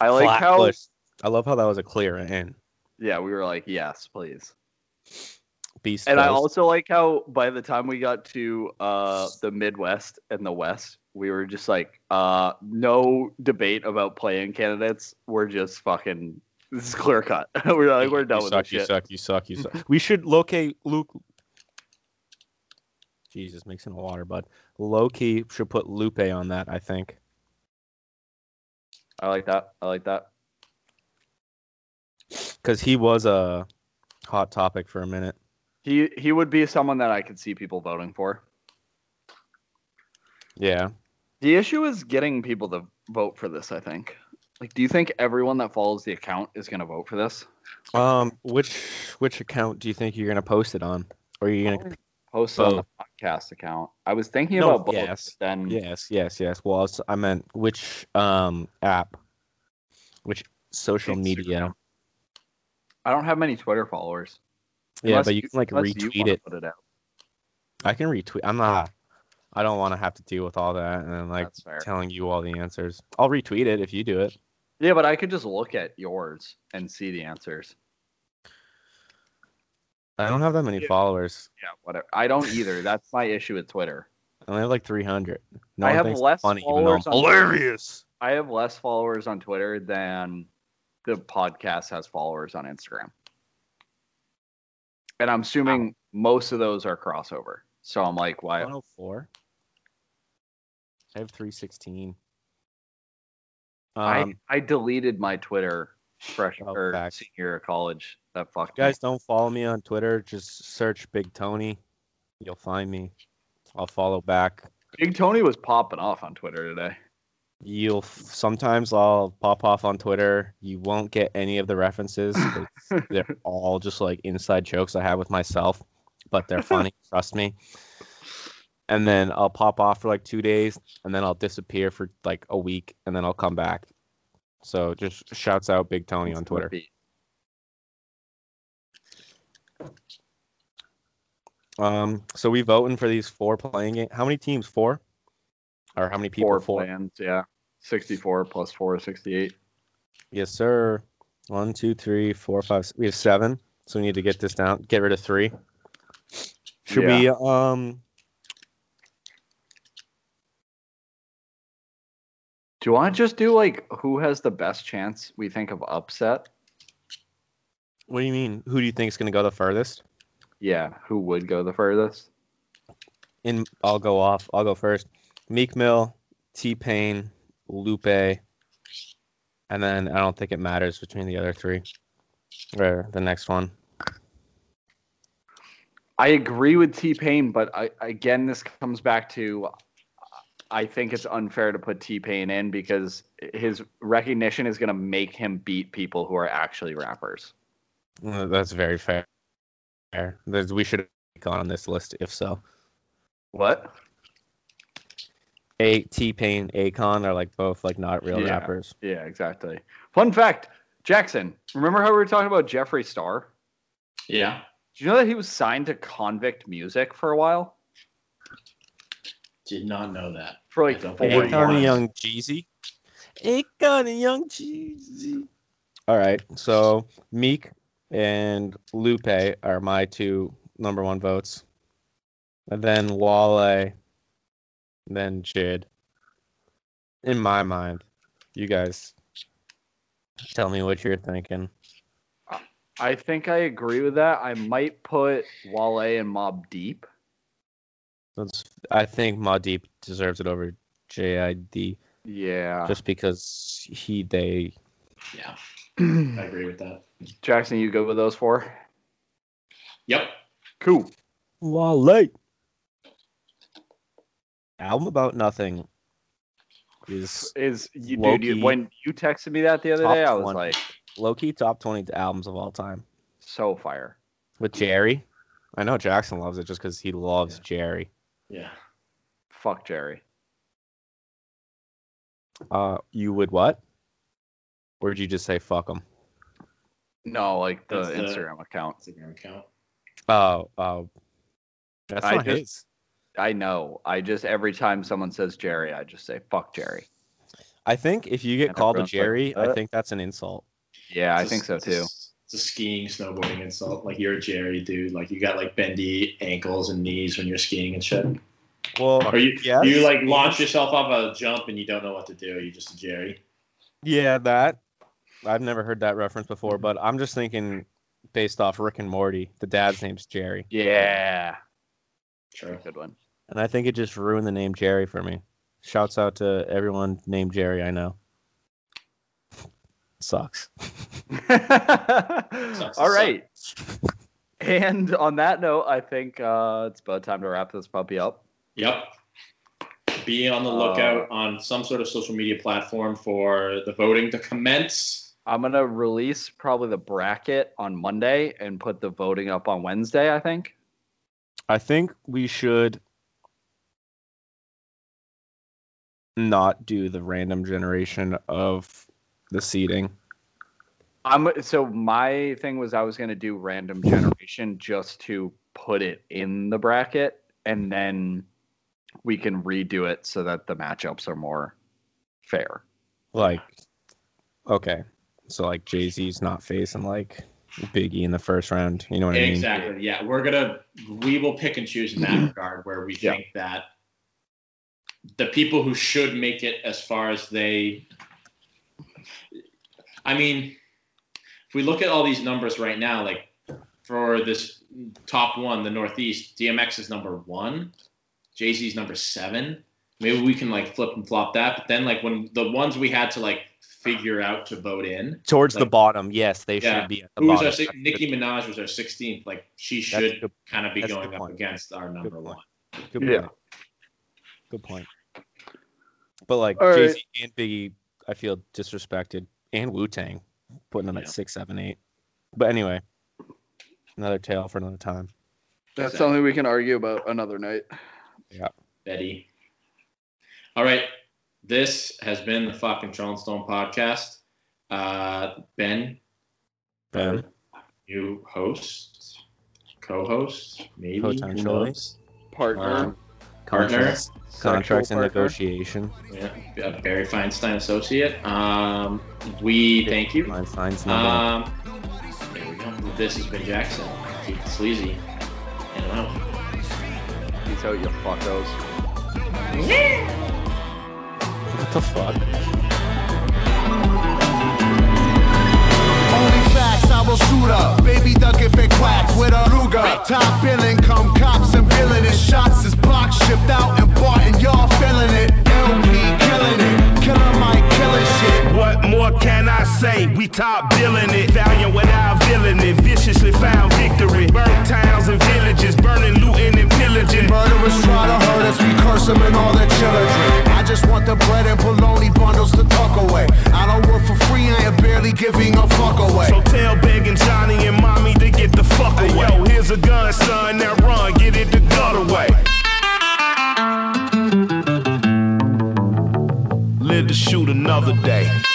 S1: I like
S2: Flat
S1: how.
S2: push. I love how that was a clear in.
S1: Yeah, we were like, yes, please.
S2: Beast.
S1: And I
S2: Coast.
S1: also like how by the time we got to uh, the Midwest and the West, we were just like, uh, no debate about playing candidates. We're just fucking this is clear cut. we're like, we're done
S2: you
S1: with
S2: suck,
S1: this
S2: you
S1: shit.
S2: suck, you suck, you suck. We should locate Luke. Jesus, mixing the water, bud. Loki should put Lupe on that, I think.
S1: I like that. I like that.
S2: Because he was a hot topic for a minute.
S1: He he would be someone that I could see people voting for.
S2: Yeah.
S1: The issue is getting people to vote for this. I think. Like, do you think everyone that follows the account is going to vote for this?
S2: Um, which which account do you think you're gonna post it on? Or are you gonna
S1: Um, Post it on the podcast account. I was thinking
S2: No,
S1: about both.
S2: yes.
S1: but Then
S2: Yes, yes, yes. Well I, was- I meant which um app? Which social
S3: Instagram.
S2: media.
S1: I don't have many Twitter followers.
S2: Yeah,
S1: Unless
S2: but you can like
S1: unless you
S2: retweet
S1: wanna
S2: it.
S1: Put it out.
S2: I can retweet. I'm not. I don't want to have to deal with all that and then like
S1: That's fair.
S2: telling you all the answers. I'll retweet it if you do it.
S1: Yeah, but I could just look at yours and see the answers.
S2: I don't have that many
S1: Yeah.
S2: followers.
S1: Yeah, whatever. I don't either. That's my issue with Twitter.
S2: I only have like 300. No
S1: I
S2: one
S1: have
S2: thinks I'm
S1: less
S2: funny, even though
S1: followers
S2: I'm
S1: on-
S2: hilarious.
S1: I have less followers on Twitter than the podcast has followers on Instagram. And I'm assuming most of those are crossover. So I'm like,
S2: Oh,
S1: why?
S2: 104. I have 316. Um,
S1: I, I deleted my Twitter freshman
S2: Oh,
S1: or
S2: facts.
S1: senior year of college. That fucked me.
S2: guys, don't follow me on Twitter. Just search Big Tony. You'll find me. I'll follow back.
S1: Big Tony was popping off on Twitter today.
S2: You'll sometimes I'll pop off on Twitter. You won't get any of the references. It's- they're all just like inside jokes I have with myself, but they're funny. trust me. And then I'll pop off for like two days, and then I'll disappear for like a week, and then I'll come back. So just shouts out Big Tony on Twitter. Um, so we voting for these four playing game. How many teams? Four, or how many people?
S1: Four plans, yeah. 64 plus 4, 68.
S2: Yes, sir. One, two, three, four, five. s- We have seven, so we need to get this down. Get rid of three. Should we? Um,
S1: Do you want to just do like who has the best chance we think of upset?
S2: what do you mean? Who do you think is going to go the furthest?
S1: Yeah, who would go the furthest?
S2: In, I'll go off. I'll go first. Meek Mill, T Pain, Lupe, and then I don't think it matters between the other three. Or the next one.
S1: I agree with T Pain, but I, again, this comes back to I think it's unfair to put T Pain in because his recognition is going to make him beat people who are actually rappers.
S2: Uh, That's very fair. Fair. There's, we should have gone on this list if so.
S1: What?
S2: A T Pain, Akon are like both like not real
S1: Yeah.
S2: rappers.
S1: Yeah, exactly. Fun fact Jackson, remember how we were talking about Jeffree Star?
S3: Yeah.
S1: Did you know that he was signed to Convict Music for a while?
S3: Did not know that.
S1: For like
S3: I don't
S1: four
S3: think I
S1: years.
S3: know.
S2: Akon
S3: Warren.
S2: and Young Jeezy. Akon and Young Jeezy. All right, so Meek and Lupe are my two number one votes. And then Wale, then Jid. In my mind, you guys tell me what you're thinking.
S1: I think I agree with that. I might put Wale and Mob Deep.
S2: That's, I think Madeep deserves it over JID
S1: Yeah.
S2: just because he they
S3: Yeah. I agree with that.
S1: Jackson, you good with those four?
S3: Yep.
S1: Cool.
S2: Wale album about nothing is
S1: Is you, dude,
S2: Low-key.
S1: you, when you texted me that the other
S2: Top
S1: day, I was
S2: 20.
S1: like,
S2: low key top twenty albums of all time
S1: so fire.
S2: with Jerry. I know Jackson loves it just because he loves
S3: Yeah.
S2: Jerry.
S3: Yeah.
S1: Fuck Jerry.
S2: Uh, you would what? Or did you just say fuck him?
S1: No, like the
S3: That's
S2: uh,
S3: the-
S1: Instagram account.
S3: Instagram account.
S2: Oh, oh, that's
S1: I
S2: not
S1: just-
S2: his.
S1: I know. I just every time someone says Jerry, I just say fuck Jerry.
S2: I think if you get
S1: And
S2: called a
S1: everyone's like,
S2: Jerry, I
S1: "Uh."
S2: think that's an insult.
S1: Yeah, I
S3: It's a-
S1: think so
S3: it's a-
S1: too.
S3: It's a skiing, snowboarding insult. Like you're a Jerry dude. Like you got like bendy ankles and knees when you're skiing and shit.
S2: Well,
S3: Or you
S2: yes.
S3: you like launch yourself off a jump and you don't know what to do. You're just a Jerry.
S2: Yeah, that. I've never heard that reference before, but I'm just thinking based off Rick and Morty, the dad's name's Jerry.
S1: Yeah.
S3: True.
S1: Good one.
S2: And I think it just ruined the name Jerry for me. Shouts out to everyone named Jerry I know. Sucks.
S1: All right. And on that note, I think uh, it's about time to wrap this puppy up.
S3: Yep. Be on the
S1: Uh,
S3: lookout on some sort of social media platform for the voting to commence.
S1: I'm gonna release probably the bracket on Monday and put the voting up on Wednesday. I think.
S2: I think we should not do the random generation of the seating.
S1: I'm so my thing was I was gonna do random generation just to put it in the bracket, and then we can redo it so that the matchups are more fair.
S2: Like, okay. So, like, Jay Z's not facing, like, Biggie in the first round. You know what I mean?
S3: Exactly. Yeah, we're gonna we will pick and choose in that regard where we
S1: Yeah.
S3: think that the people who should make it as far as they. I mean, if we look at all these numbers right now, like for this top one, the Northeast, DMX is number one, Jay Z's number seven, Maybe we can like flip and flop that. But then like when the ones we had to like figure out to vote in,
S2: Towards the
S3: Like-
S2: bottom, yes, they
S3: Yeah.
S2: should be at the
S3: who was
S2: bottom.
S3: our si- Nicki Minaj was our 16th. Like she
S2: That's a
S3: should
S2: good,
S3: kind of be
S2: that's a
S3: going
S2: good
S3: up
S2: point.
S3: against our number
S2: point.
S3: one.
S2: good
S1: Yeah.
S2: point. Good point. But like
S1: All right.
S2: Jay Z and Biggie, I feel disrespected, and Wu Tang, putting them
S3: Yeah.
S2: at six, seven, eight. But anyway, another tale for another time.
S1: That's
S3: So-
S1: something we can argue about another night.
S3: Betty. All right. This has been the fucking Sean Stone podcast. Uh, ben,
S2: Ben.
S3: you host, co-host, maybe who
S2: Potentially.
S3: knows?
S1: Partner.
S3: Um, partner.
S2: contracts and
S1: Sexual partner.
S2: negotiation.
S3: Yeah, a Barry Feinstein associate. Um, we thank you.
S2: Mine finds number
S1: Uh,
S2: one.
S3: Um, there we go. This has been Jackson. Keep it sleazy. And I'm out.
S1: Peace out, you fuckos.
S2: What the fuck?
S4: Only facts I will shoot up. Baby duck if it quacks with a Ruger. Top billing come cops and villainous shots is block shipped out and bought and y'all feeling it. LP killing it. Killer Mike killing shit.
S6: What more can I say? We top billing it. Valiant without villain it. Viciously found victory. Burnt towns and villages. Burning, looting, and pillaging.
S4: Murderers try to hurt us, we curse them and all their children. I just want the bread and bologna bundles to tuck away. I don't work for free, I am barely giving a fuck away.
S6: So tell Big and Johnny and Mommy to get the fuck away. yo, here's a gun, son. Now run. Get it the gut away. Live to shoot another day.